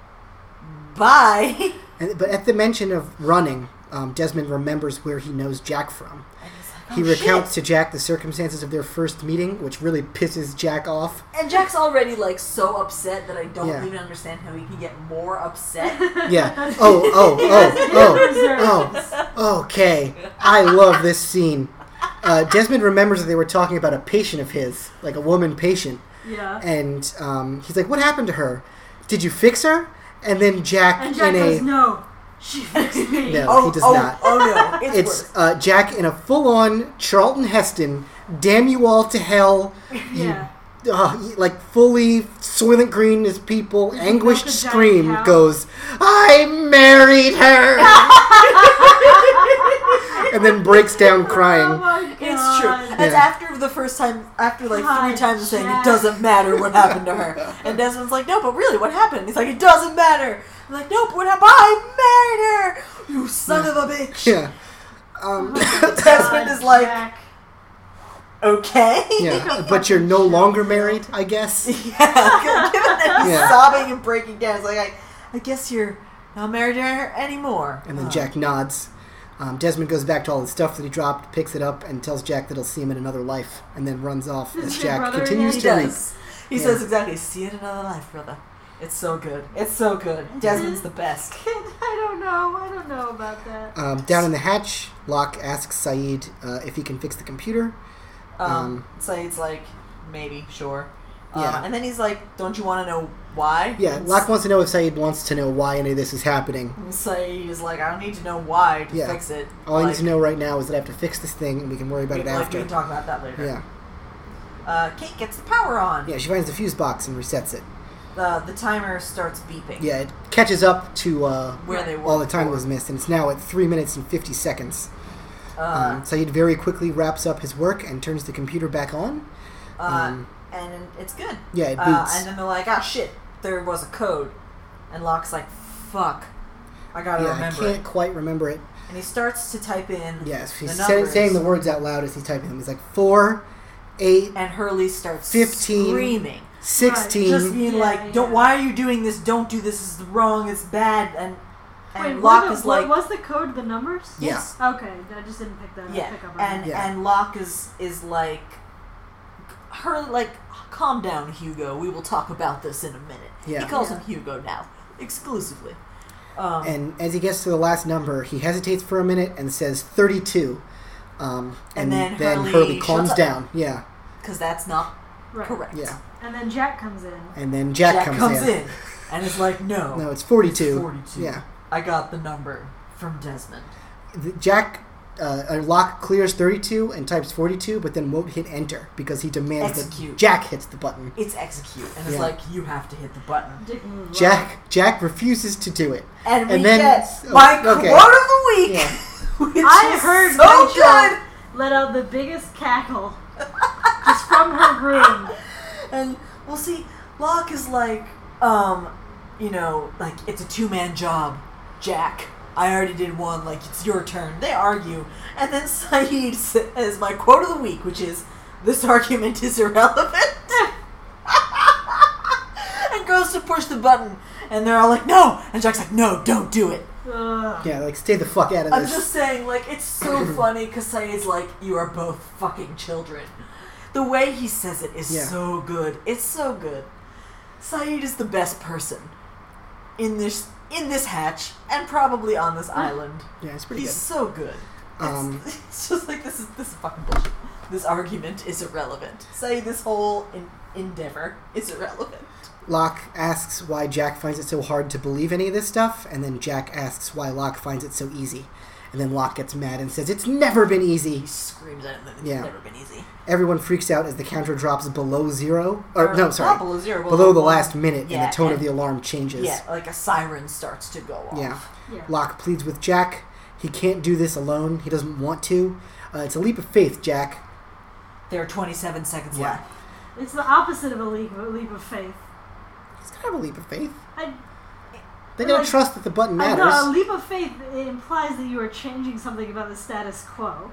[SPEAKER 2] bye."
[SPEAKER 3] and, but at the mention of running, um, Desmond remembers where he knows Jack from.
[SPEAKER 2] And he's like,
[SPEAKER 3] He
[SPEAKER 2] "Oh, shit."
[SPEAKER 3] recounts to Jack the circumstances of their first meeting, which really pisses Jack off.
[SPEAKER 2] And Jack's already like so upset that I don't
[SPEAKER 3] Yeah.
[SPEAKER 2] even understand how he can get more upset.
[SPEAKER 3] Yeah. Oh, oh,
[SPEAKER 1] He
[SPEAKER 3] oh,
[SPEAKER 1] deserves
[SPEAKER 3] oh,
[SPEAKER 1] this.
[SPEAKER 3] oh. Okay. I love this scene. Uh, Desmond remembers that they were talking about a patient of his, like a woman patient,
[SPEAKER 1] Yeah.
[SPEAKER 3] and um, he's like, "What happened to her? Did you fix her?" And then Jack,
[SPEAKER 1] And Jack
[SPEAKER 3] in
[SPEAKER 1] goes,
[SPEAKER 3] a
[SPEAKER 1] "No, she fixed me."
[SPEAKER 3] No.
[SPEAKER 2] oh,
[SPEAKER 3] he does
[SPEAKER 2] oh,
[SPEAKER 3] not.
[SPEAKER 2] Oh no, it's,
[SPEAKER 3] it's
[SPEAKER 2] worse.
[SPEAKER 3] uh, Jack in a full-on Charlton Heston, "Damn you all to hell."
[SPEAKER 1] Yeah.
[SPEAKER 3] uh, he- like fully Soylent Green is people, anguished
[SPEAKER 1] milk a giant
[SPEAKER 3] scream
[SPEAKER 1] cow?
[SPEAKER 3] goes, I married her! and then breaks down
[SPEAKER 1] Oh
[SPEAKER 3] crying.
[SPEAKER 1] my God.
[SPEAKER 2] It's true. It's
[SPEAKER 3] Yeah.
[SPEAKER 2] after the first time, after like three
[SPEAKER 1] God,
[SPEAKER 2] times of saying
[SPEAKER 1] Jack.
[SPEAKER 2] it doesn't matter what happened to her, and Desmond's like, no, but really, what happened? And he's like, it doesn't matter. I'm like, nope, what happened? I married her. You son of a bitch.
[SPEAKER 3] Yeah. Um,
[SPEAKER 1] Oh God,
[SPEAKER 2] Desmond is like-
[SPEAKER 1] Jack.
[SPEAKER 2] Okay.
[SPEAKER 3] yeah. But you're no longer married, I guess.
[SPEAKER 2] Yeah, given that he's
[SPEAKER 3] Yeah.
[SPEAKER 2] sobbing and breaking down, it's like, I, I guess you're not married to her anymore.
[SPEAKER 3] And then
[SPEAKER 2] Huh.
[SPEAKER 3] Jack nods. Um, Desmond goes back to all the stuff that he dropped, picks it up, and tells Jack that he'll see him in another life, and then runs off
[SPEAKER 1] This
[SPEAKER 3] as
[SPEAKER 1] is your
[SPEAKER 3] Jack
[SPEAKER 1] brother
[SPEAKER 3] continues
[SPEAKER 2] He
[SPEAKER 3] to
[SPEAKER 1] again?
[SPEAKER 3] weep.
[SPEAKER 2] does. He
[SPEAKER 3] Yeah.
[SPEAKER 2] says exactly, see it another life, brother. It's so good. It's so good. Desmond's the best.
[SPEAKER 1] I don't know. I don't know about that.
[SPEAKER 3] Um, down in the hatch, Locke asks Saeed uh, if he can fix the computer.
[SPEAKER 2] Um,
[SPEAKER 3] Um,
[SPEAKER 2] Saeed's like, maybe, sure.
[SPEAKER 3] Yeah.
[SPEAKER 2] Um, and then he's like, don't you want to know why?
[SPEAKER 3] Yeah, Locke wants to know if Saeed wants to know why any of this is happening.
[SPEAKER 2] And Saeed is like, I don't need to know why to
[SPEAKER 3] Yeah.
[SPEAKER 2] fix it.
[SPEAKER 3] All I need to know right now is that I have to fix this thing, and we can worry about
[SPEAKER 2] we,
[SPEAKER 3] it
[SPEAKER 2] like, we
[SPEAKER 3] after.
[SPEAKER 2] can talk about that later.
[SPEAKER 3] yeah,
[SPEAKER 2] Uh, Kate gets the power on.
[SPEAKER 3] yeah. She finds the fuse box and resets it.
[SPEAKER 2] Uh, the timer starts beeping.
[SPEAKER 3] Yeah, it catches up to uh,
[SPEAKER 2] Where they were.
[SPEAKER 3] all the time that was missed, and it's now at three minutes and fifty seconds.
[SPEAKER 2] Uh,
[SPEAKER 3] Um, Saeed very quickly wraps up his work and turns the computer back on.
[SPEAKER 2] uh,
[SPEAKER 3] um,
[SPEAKER 2] and it's good.
[SPEAKER 3] Yeah, it
[SPEAKER 2] Uh,
[SPEAKER 3] boots.
[SPEAKER 2] and then they're like, ah, shit, there was a code. And Locke's like, fuck, I gotta
[SPEAKER 3] yeah, I
[SPEAKER 2] remember
[SPEAKER 3] can't
[SPEAKER 2] it.
[SPEAKER 3] quite remember it.
[SPEAKER 2] And he starts to type in
[SPEAKER 3] Yes,
[SPEAKER 2] the
[SPEAKER 3] he's sa-
[SPEAKER 2] numbers,
[SPEAKER 3] saying the words out loud as he's typing them. He's like four, eight,
[SPEAKER 2] and Hurley starts
[SPEAKER 3] 15,
[SPEAKER 2] screaming.
[SPEAKER 3] sixteen.
[SPEAKER 2] Just being
[SPEAKER 1] Yeah,
[SPEAKER 2] like, don't,
[SPEAKER 1] yeah.
[SPEAKER 2] why are you doing this? Don't do this. This is wrong. It's bad. And, and
[SPEAKER 1] Wait,
[SPEAKER 2] Locke
[SPEAKER 1] what
[SPEAKER 2] is
[SPEAKER 1] the, what-
[SPEAKER 2] like,
[SPEAKER 1] was the code the numbers?
[SPEAKER 3] Yeah.
[SPEAKER 2] yes.
[SPEAKER 1] Okay, I just didn't pick that.
[SPEAKER 2] Yeah.
[SPEAKER 1] Pick up on
[SPEAKER 2] And,
[SPEAKER 1] that.
[SPEAKER 3] Yeah.
[SPEAKER 2] and Locke is, is like, Hurley, like, calm down, Hugo. We will talk about this in a minute.
[SPEAKER 3] Yeah.
[SPEAKER 2] He calls
[SPEAKER 1] Yeah.
[SPEAKER 2] him Hugo now, exclusively. Um,
[SPEAKER 3] And as he gets to the last number, he hesitates for a minute and says 32. Um, and,
[SPEAKER 2] And then
[SPEAKER 3] then Hurley,
[SPEAKER 2] Hurley
[SPEAKER 3] calms
[SPEAKER 2] shuts up.
[SPEAKER 3] down. Yeah,
[SPEAKER 2] because that's not
[SPEAKER 1] right.
[SPEAKER 2] correct.
[SPEAKER 3] yeah.
[SPEAKER 1] And then Jack comes in.
[SPEAKER 3] And then Jack,
[SPEAKER 2] Jack
[SPEAKER 3] comes, in.
[SPEAKER 2] and is like, no,
[SPEAKER 3] No, it's 42.
[SPEAKER 2] 42.
[SPEAKER 3] Yeah.
[SPEAKER 2] I got the number from Desmond.
[SPEAKER 3] The- Jack, uh, uh, Locke clears 32 and types 42, but then won't hit enter because he demands
[SPEAKER 2] Execute.
[SPEAKER 3] that Jack hits the button.
[SPEAKER 2] It's execute, and it's
[SPEAKER 3] Yeah.
[SPEAKER 2] like you have to hit the button.
[SPEAKER 1] Dick moves on.
[SPEAKER 3] Jack Jack refuses to do it.
[SPEAKER 2] And we
[SPEAKER 3] And then-
[SPEAKER 2] get
[SPEAKER 3] oh,
[SPEAKER 2] my
[SPEAKER 3] okay.
[SPEAKER 2] quote of the week,
[SPEAKER 3] Yeah.
[SPEAKER 2] which
[SPEAKER 1] I
[SPEAKER 2] is
[SPEAKER 1] heard
[SPEAKER 2] so
[SPEAKER 1] Rachel
[SPEAKER 2] good.
[SPEAKER 1] let out the biggest cackle just from her room.
[SPEAKER 2] And we'll see. Locke is like, um, you know, like it's a two-man job, Jack. I already did one. Like it's your turn. They argue, and then Saeed says my quote of the week, which is, "This argument is irrelevant." and goes to push the button, and they're all like, "No!" And Jack's like, "No, don't do it."
[SPEAKER 1] Ugh.
[SPEAKER 3] Yeah, like stay the fuck out of
[SPEAKER 2] I'm
[SPEAKER 3] this.
[SPEAKER 2] just saying, like, it's so funny because Saeed's like, you are both fucking children. The way he says it is
[SPEAKER 3] Yeah.
[SPEAKER 2] so good. It's so good. Saeed is the best person in this in this hatch and probably on this island.
[SPEAKER 3] yeah, it's pretty
[SPEAKER 2] He's so good.
[SPEAKER 3] good. Um,
[SPEAKER 2] It's, it's just like this is this is fucking bullshit. This argument is irrelevant. Say this whole in- endeavor is irrelevant.
[SPEAKER 3] Locke asks why Jack finds it so hard to believe any of this stuff, and then Jack asks why Locke finds it so easy. And then Locke gets mad and says, It's never been easy.
[SPEAKER 2] He screams at him that it's
[SPEAKER 3] Yeah.
[SPEAKER 2] never been easy.
[SPEAKER 3] Everyone freaks out as the counter drops below zero. Or, no,
[SPEAKER 2] Uh, not
[SPEAKER 3] sorry.
[SPEAKER 2] below zero.
[SPEAKER 3] below the
[SPEAKER 2] one.
[SPEAKER 3] last minute,
[SPEAKER 2] Yeah,
[SPEAKER 3] and the tone of
[SPEAKER 2] and-
[SPEAKER 3] the alarm changes.
[SPEAKER 2] Yeah, like a siren starts to go off.
[SPEAKER 3] Yeah.
[SPEAKER 1] Yeah.
[SPEAKER 3] Locke pleads with Jack. He can't do this alone. He doesn't want to. Uh, it's a leap of faith, Jack.
[SPEAKER 2] There are 27 seconds
[SPEAKER 3] Yeah.
[SPEAKER 2] left.
[SPEAKER 1] It's the opposite of a leap, a leap of faith.
[SPEAKER 3] It's kind of a leap of faith.
[SPEAKER 1] I,
[SPEAKER 3] They gotta
[SPEAKER 1] Like-
[SPEAKER 3] trust that the button
[SPEAKER 1] I know, a
[SPEAKER 3] matters.
[SPEAKER 1] leap of faith it implies that you are changing something about the status quo.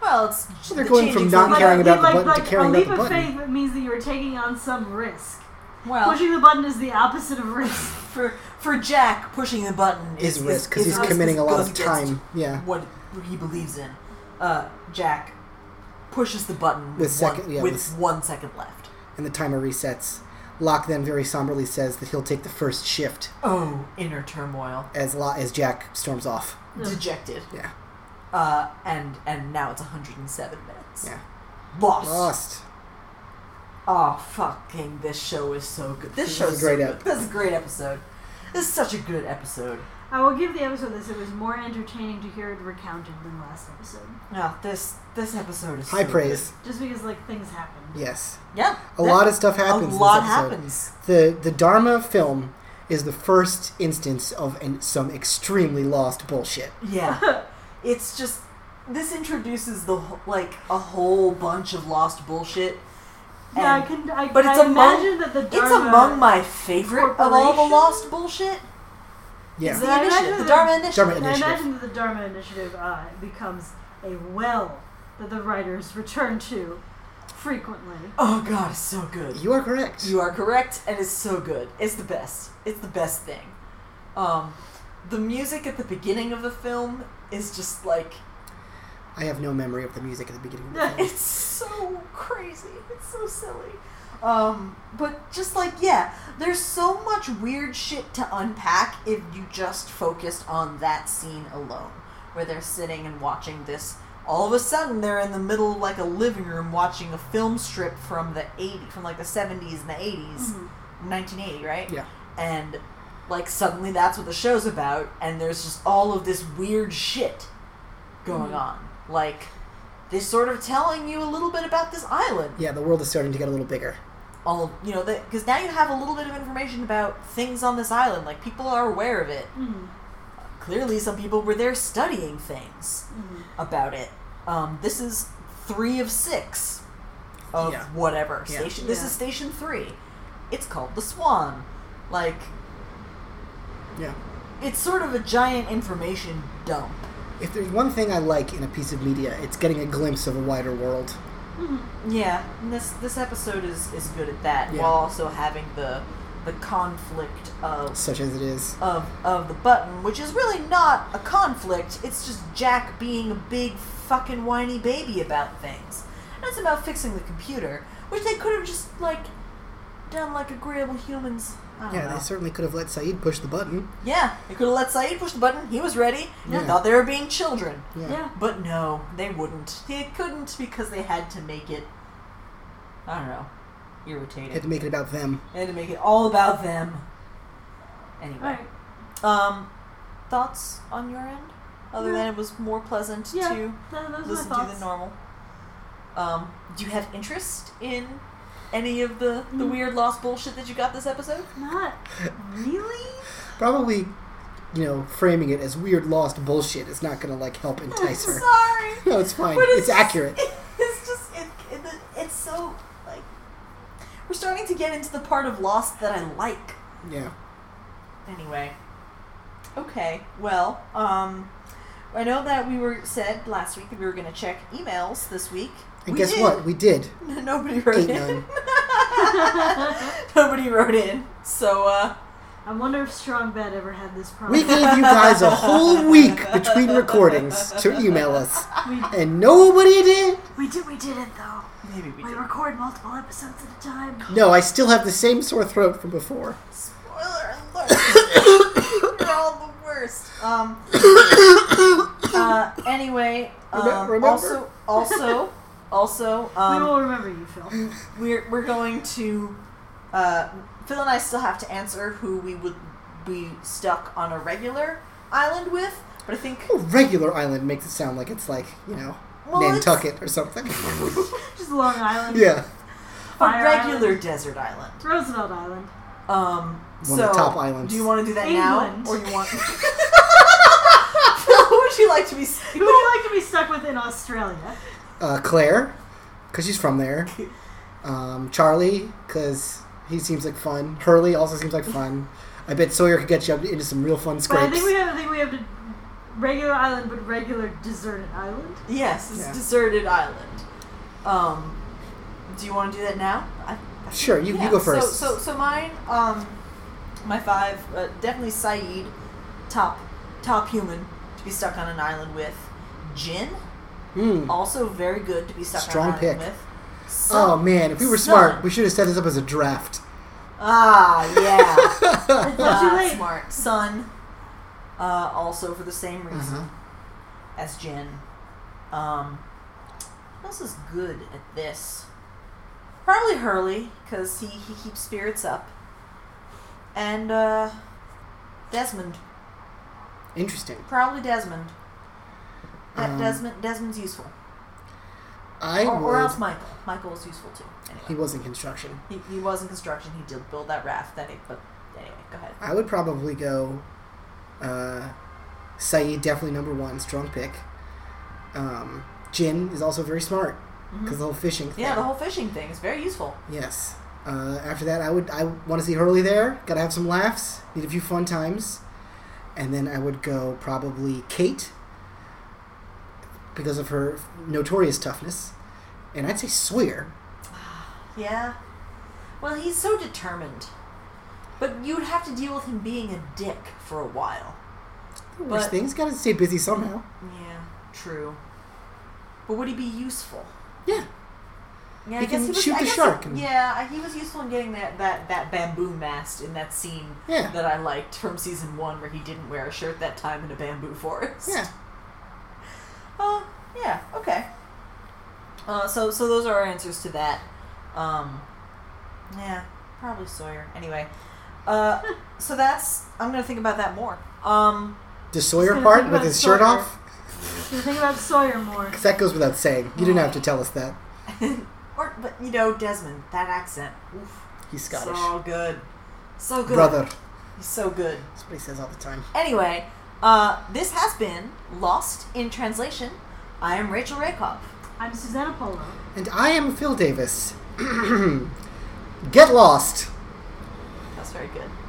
[SPEAKER 2] Well, it's
[SPEAKER 3] So they're
[SPEAKER 2] the
[SPEAKER 3] going
[SPEAKER 2] changing
[SPEAKER 3] from not
[SPEAKER 2] the-
[SPEAKER 3] caring about the
[SPEAKER 1] like,
[SPEAKER 3] button to
[SPEAKER 1] like,
[SPEAKER 3] caring
[SPEAKER 1] a
[SPEAKER 3] about
[SPEAKER 1] leap
[SPEAKER 3] the
[SPEAKER 1] of
[SPEAKER 3] button.
[SPEAKER 1] faith means that you are taking on some risk.
[SPEAKER 2] Well,
[SPEAKER 1] Pushing the button is the opposite of risk.
[SPEAKER 2] for for Jack, pushing the button
[SPEAKER 3] Is
[SPEAKER 2] is,
[SPEAKER 3] risk because
[SPEAKER 2] is
[SPEAKER 3] he's
[SPEAKER 2] risk
[SPEAKER 3] committing a lot
[SPEAKER 2] goes
[SPEAKER 3] of
[SPEAKER 2] against
[SPEAKER 3] time. Yeah.
[SPEAKER 2] What he believes in. Uh, Jack pushes the button
[SPEAKER 3] With second-
[SPEAKER 2] one,
[SPEAKER 3] yeah,
[SPEAKER 2] with
[SPEAKER 3] with-
[SPEAKER 2] one second left.
[SPEAKER 3] and the timer resets. Locke then very somberly says that he'll take the first shift
[SPEAKER 2] Oh, inner turmoil,
[SPEAKER 3] as Lo- as Jack storms off.
[SPEAKER 1] Ugh.
[SPEAKER 2] dejected.
[SPEAKER 3] Yeah,
[SPEAKER 2] Uh, and and now it's 107 minutes.
[SPEAKER 3] yeah.
[SPEAKER 2] Lost.
[SPEAKER 3] Lost.
[SPEAKER 2] Oh, fucking! This show is so good. This,
[SPEAKER 3] This
[SPEAKER 2] show
[SPEAKER 3] is
[SPEAKER 2] is
[SPEAKER 3] a great
[SPEAKER 2] so good.
[SPEAKER 3] ep-
[SPEAKER 2] This is a great episode. This is such a good episode.
[SPEAKER 1] I will give the episode this. It was more entertaining to hear it recounted than last episode.
[SPEAKER 2] Yeah, this this episode is
[SPEAKER 3] High
[SPEAKER 2] so
[SPEAKER 3] praise.
[SPEAKER 1] Just because, like, things happen.
[SPEAKER 3] Yes.
[SPEAKER 2] good. Yeah,
[SPEAKER 3] A lot of stuff happens. in
[SPEAKER 2] a
[SPEAKER 3] this
[SPEAKER 2] lot
[SPEAKER 3] episode.
[SPEAKER 2] happens.
[SPEAKER 3] The the Dharma film is the first instance of an, some extremely lost bullshit.
[SPEAKER 2] Yeah, it's just this introduces the wh- like a whole bunch of lost bullshit.
[SPEAKER 1] Yeah, I
[SPEAKER 2] and-
[SPEAKER 1] can. I,
[SPEAKER 2] but
[SPEAKER 1] I
[SPEAKER 2] it's among-
[SPEAKER 1] imagine that the Dharma,
[SPEAKER 2] It's among my favorite of all the
[SPEAKER 1] Corporation?
[SPEAKER 2] lost bullshit.
[SPEAKER 3] Yeah.
[SPEAKER 2] It's the
[SPEAKER 1] Yeah, I
[SPEAKER 2] initiative,
[SPEAKER 1] imagine
[SPEAKER 2] the
[SPEAKER 1] that-
[SPEAKER 2] Dharma initiative.
[SPEAKER 3] Dharma
[SPEAKER 1] I
[SPEAKER 3] initiative.
[SPEAKER 1] imagine that the Dharma Initiative uh, becomes a well that the writers return to frequently.
[SPEAKER 2] Oh god, it's so good.
[SPEAKER 3] You are correct.
[SPEAKER 2] You are correct, and it's so good. It's the best. It's the best thing. Um, the music at the beginning of the film is just like
[SPEAKER 3] I have no memory of the music at the beginning of the film.
[SPEAKER 2] It's so crazy. It's so silly. Um, but just like yeah, there's so much weird shit to unpack if you just focused on that scene alone, where they're sitting and watching this. All of a sudden, they're in the middle of like a living room watching a film strip from the 80, from like the 70s and the 80s,
[SPEAKER 1] Mhm.
[SPEAKER 2] 1980, right?
[SPEAKER 3] Yeah.
[SPEAKER 2] And like suddenly that's what the show's about, and there's just all of this weird shit going
[SPEAKER 3] Mm-hmm.
[SPEAKER 1] Mhm.
[SPEAKER 2] on. Like they're sort of telling you a little bit about this island.
[SPEAKER 3] Yeah, the world is starting to get a little bigger.
[SPEAKER 2] All you know, because now you have a little bit of information about things on this island. Like people are aware of it.
[SPEAKER 1] Mhm,
[SPEAKER 2] Clearly, some people were there studying things
[SPEAKER 1] mhm.
[SPEAKER 2] about it. Um, this is three of six of
[SPEAKER 3] Yeah.
[SPEAKER 2] whatever
[SPEAKER 3] Yeah.
[SPEAKER 2] station. This
[SPEAKER 1] Yeah.
[SPEAKER 2] is station three. It's called the Swan. Like
[SPEAKER 3] Yeah.
[SPEAKER 2] it's sort of a giant information dump.
[SPEAKER 3] If there's one thing I like in a piece of media, it's getting a glimpse of a wider world.
[SPEAKER 2] Yeah, and this this episode is is good at that,
[SPEAKER 3] Yeah.
[SPEAKER 2] while also having the the conflict of
[SPEAKER 3] such as it is.
[SPEAKER 2] of of the button, which is really not a conflict. It's just Jack being a big fucking whiny baby about things. And it's about fixing the computer, which they could have just like done like agreeable humans. I don't
[SPEAKER 3] Yeah,
[SPEAKER 2] know.
[SPEAKER 3] they certainly could have let Saeed push the button.
[SPEAKER 2] yeah, they could have let Saeed push the button. He was ready.
[SPEAKER 3] Yeah.
[SPEAKER 2] Thought they were being children,
[SPEAKER 3] Yeah.
[SPEAKER 1] Yeah.
[SPEAKER 2] but no, they wouldn't. They couldn't because they had to make it. I don't know, irritating.
[SPEAKER 3] Had to make it about them.
[SPEAKER 2] They had to make it all about them. Anyway.
[SPEAKER 1] All right.
[SPEAKER 2] Um, thoughts on your end? Other than it was more pleasant
[SPEAKER 1] Yeah.
[SPEAKER 2] to
[SPEAKER 1] Th- those are my
[SPEAKER 2] listen to
[SPEAKER 1] thoughts.
[SPEAKER 2] than normal. Um, do you have interest in any of the, the
[SPEAKER 1] Mm.
[SPEAKER 2] weird lost bullshit that you got this episode?
[SPEAKER 1] Not really.
[SPEAKER 3] Probably, you know, framing it as weird lost bullshit is not going to like help entice her.
[SPEAKER 2] Sorry,
[SPEAKER 3] No, it's fine.
[SPEAKER 2] But
[SPEAKER 3] It's
[SPEAKER 2] just-
[SPEAKER 3] accurate.
[SPEAKER 2] it's just it, it, it's so like we're starting to get into the part of Lost that I like.
[SPEAKER 3] Yeah.
[SPEAKER 2] Anyway. Okay. Well, um I know that we were said last week that we were going to check emails this week.
[SPEAKER 3] And
[SPEAKER 2] we
[SPEAKER 3] guess
[SPEAKER 2] did.
[SPEAKER 3] what? We did.
[SPEAKER 2] Nobody wrote
[SPEAKER 3] Eight,
[SPEAKER 2] in.
[SPEAKER 3] nine.
[SPEAKER 2] Nobody wrote in. So uh
[SPEAKER 1] I wonder if Strong Bad ever had this problem.
[SPEAKER 3] We gave you guys a whole week between recordings to email us,
[SPEAKER 1] we,
[SPEAKER 3] and nobody did.
[SPEAKER 1] we did we did it though.
[SPEAKER 2] Maybe we
[SPEAKER 1] We
[SPEAKER 2] did.
[SPEAKER 1] record multiple episodes at a time.
[SPEAKER 3] No, I still have the same sore throat from before.
[SPEAKER 2] Spoiler alert! You're all the worst. Um. uh, anyway, um,
[SPEAKER 3] Remem- remember?
[SPEAKER 2] also, also, also,
[SPEAKER 1] we
[SPEAKER 2] um,
[SPEAKER 1] will remember you, Phil.
[SPEAKER 2] we're we're going to. Uh, Phil and I still have to answer who we would be stuck on a regular island with, but I think
[SPEAKER 3] Oh, regular island makes it sound like it's like you know
[SPEAKER 2] well, it's
[SPEAKER 3] Nantucket or something.
[SPEAKER 1] Just Long Island.
[SPEAKER 3] yeah,
[SPEAKER 2] a
[SPEAKER 1] Fire
[SPEAKER 2] regular
[SPEAKER 1] Island.
[SPEAKER 2] desert island.
[SPEAKER 1] Roosevelt Island.
[SPEAKER 2] Um,
[SPEAKER 3] One
[SPEAKER 2] so
[SPEAKER 3] of the top islands.
[SPEAKER 2] do you want to do that
[SPEAKER 1] England.
[SPEAKER 2] now, or you want? who would you like to be?
[SPEAKER 1] Who would you like to be stuck with in Australia?
[SPEAKER 3] uh, Claire, because she's from there. Um, Charlie, because he seems like fun. Hurley also seems like fun. I bet Sawyer could get you up into some real fun
[SPEAKER 1] But I
[SPEAKER 3] scrapes.
[SPEAKER 1] think we have I think we have to regular island but regular deserted island.
[SPEAKER 2] Yes, it's
[SPEAKER 3] Yeah.
[SPEAKER 2] deserted island. Um, do you want to do that now? I, I think-
[SPEAKER 3] Sure, you- you go first.
[SPEAKER 2] So, so, so mine, um, my five, uh, definitely Saeed, top, top human to be stuck on an island with. Jin,
[SPEAKER 3] Hmm.
[SPEAKER 2] also very good to be stuck
[SPEAKER 3] Strong
[SPEAKER 2] on an island
[SPEAKER 3] pick.
[SPEAKER 2] with. Sun.
[SPEAKER 3] Oh man, if we were
[SPEAKER 2] Son.
[SPEAKER 3] smart, we should have set this up as a draft.
[SPEAKER 2] Ah, yeah.
[SPEAKER 1] It's not too
[SPEAKER 2] Ah,
[SPEAKER 1] late.
[SPEAKER 2] Smart. Sun, uh, also for the same reason
[SPEAKER 3] Uh-huh.
[SPEAKER 2] as Jin. Um, who else is good at this? Probably Hurley, because he, he keeps spirits up. And uh, Desmond.
[SPEAKER 3] Interesting.
[SPEAKER 2] Probably Desmond. That
[SPEAKER 3] Um,
[SPEAKER 2] Desmond Desmond's useful.
[SPEAKER 3] I
[SPEAKER 2] or, or
[SPEAKER 3] would-
[SPEAKER 2] else Michael. Michael was useful too.
[SPEAKER 3] He
[SPEAKER 2] Anyway.
[SPEAKER 3] was in construction.
[SPEAKER 2] He, he was in construction. He did build that raft. That he, but anyway, go ahead.
[SPEAKER 3] I would probably go uh, Saeed, definitely number one, strong pick. Um, Jin is also very smart because the whole fishing thing.
[SPEAKER 2] Yeah, the whole fishing thing is very useful.
[SPEAKER 3] Yes. Uh, after that, I would I want to see Hurley there. Got to have some laughs. Need a few fun times, and then I would go probably Kate because of her notorious toughness, and I'd say Sawyer.
[SPEAKER 2] Yeah. Well, he's so determined. But you would have to deal with him being a dick for a while.
[SPEAKER 3] The worst
[SPEAKER 2] But-
[SPEAKER 3] thing's got to stay busy somehow.
[SPEAKER 2] Yeah, true. But would he be useful?
[SPEAKER 3] Yeah.
[SPEAKER 2] Yeah,
[SPEAKER 3] He can shoot the
[SPEAKER 2] he-
[SPEAKER 3] shark and-
[SPEAKER 2] Yeah, I- he was useful in getting that, that, that bamboo mast in that scene
[SPEAKER 3] Yeah.
[SPEAKER 2] that I liked from season one where he didn't wear a shirt that time in a bamboo forest.
[SPEAKER 3] Yeah.
[SPEAKER 2] Uh, yeah, okay. Uh, so, so those are our answers to that. Um, yeah, probably Sawyer. Anyway, uh, so that's I'm gonna think about that more. Um,
[SPEAKER 3] The
[SPEAKER 1] Just
[SPEAKER 3] Sawyer
[SPEAKER 1] gonna
[SPEAKER 3] part
[SPEAKER 1] think
[SPEAKER 3] with
[SPEAKER 1] about
[SPEAKER 3] his shirt
[SPEAKER 1] Sawyer.
[SPEAKER 3] off.
[SPEAKER 1] You think about Sawyer more.
[SPEAKER 3] 'Cause that goes without saying. You didn't have to tell us that.
[SPEAKER 2] or but you know Desmond, that accent, oof,
[SPEAKER 3] He's Scottish.
[SPEAKER 2] so good, so good,
[SPEAKER 3] Brother.
[SPEAKER 2] he's so good.
[SPEAKER 3] That's what he says all the time.
[SPEAKER 2] Anyway, uh, this has been Lost in Translation. I am Rachel Rakoff.
[SPEAKER 1] I'm Susanna Polo.
[SPEAKER 3] And I am Phil Davis. Get lost.
[SPEAKER 2] That's very good.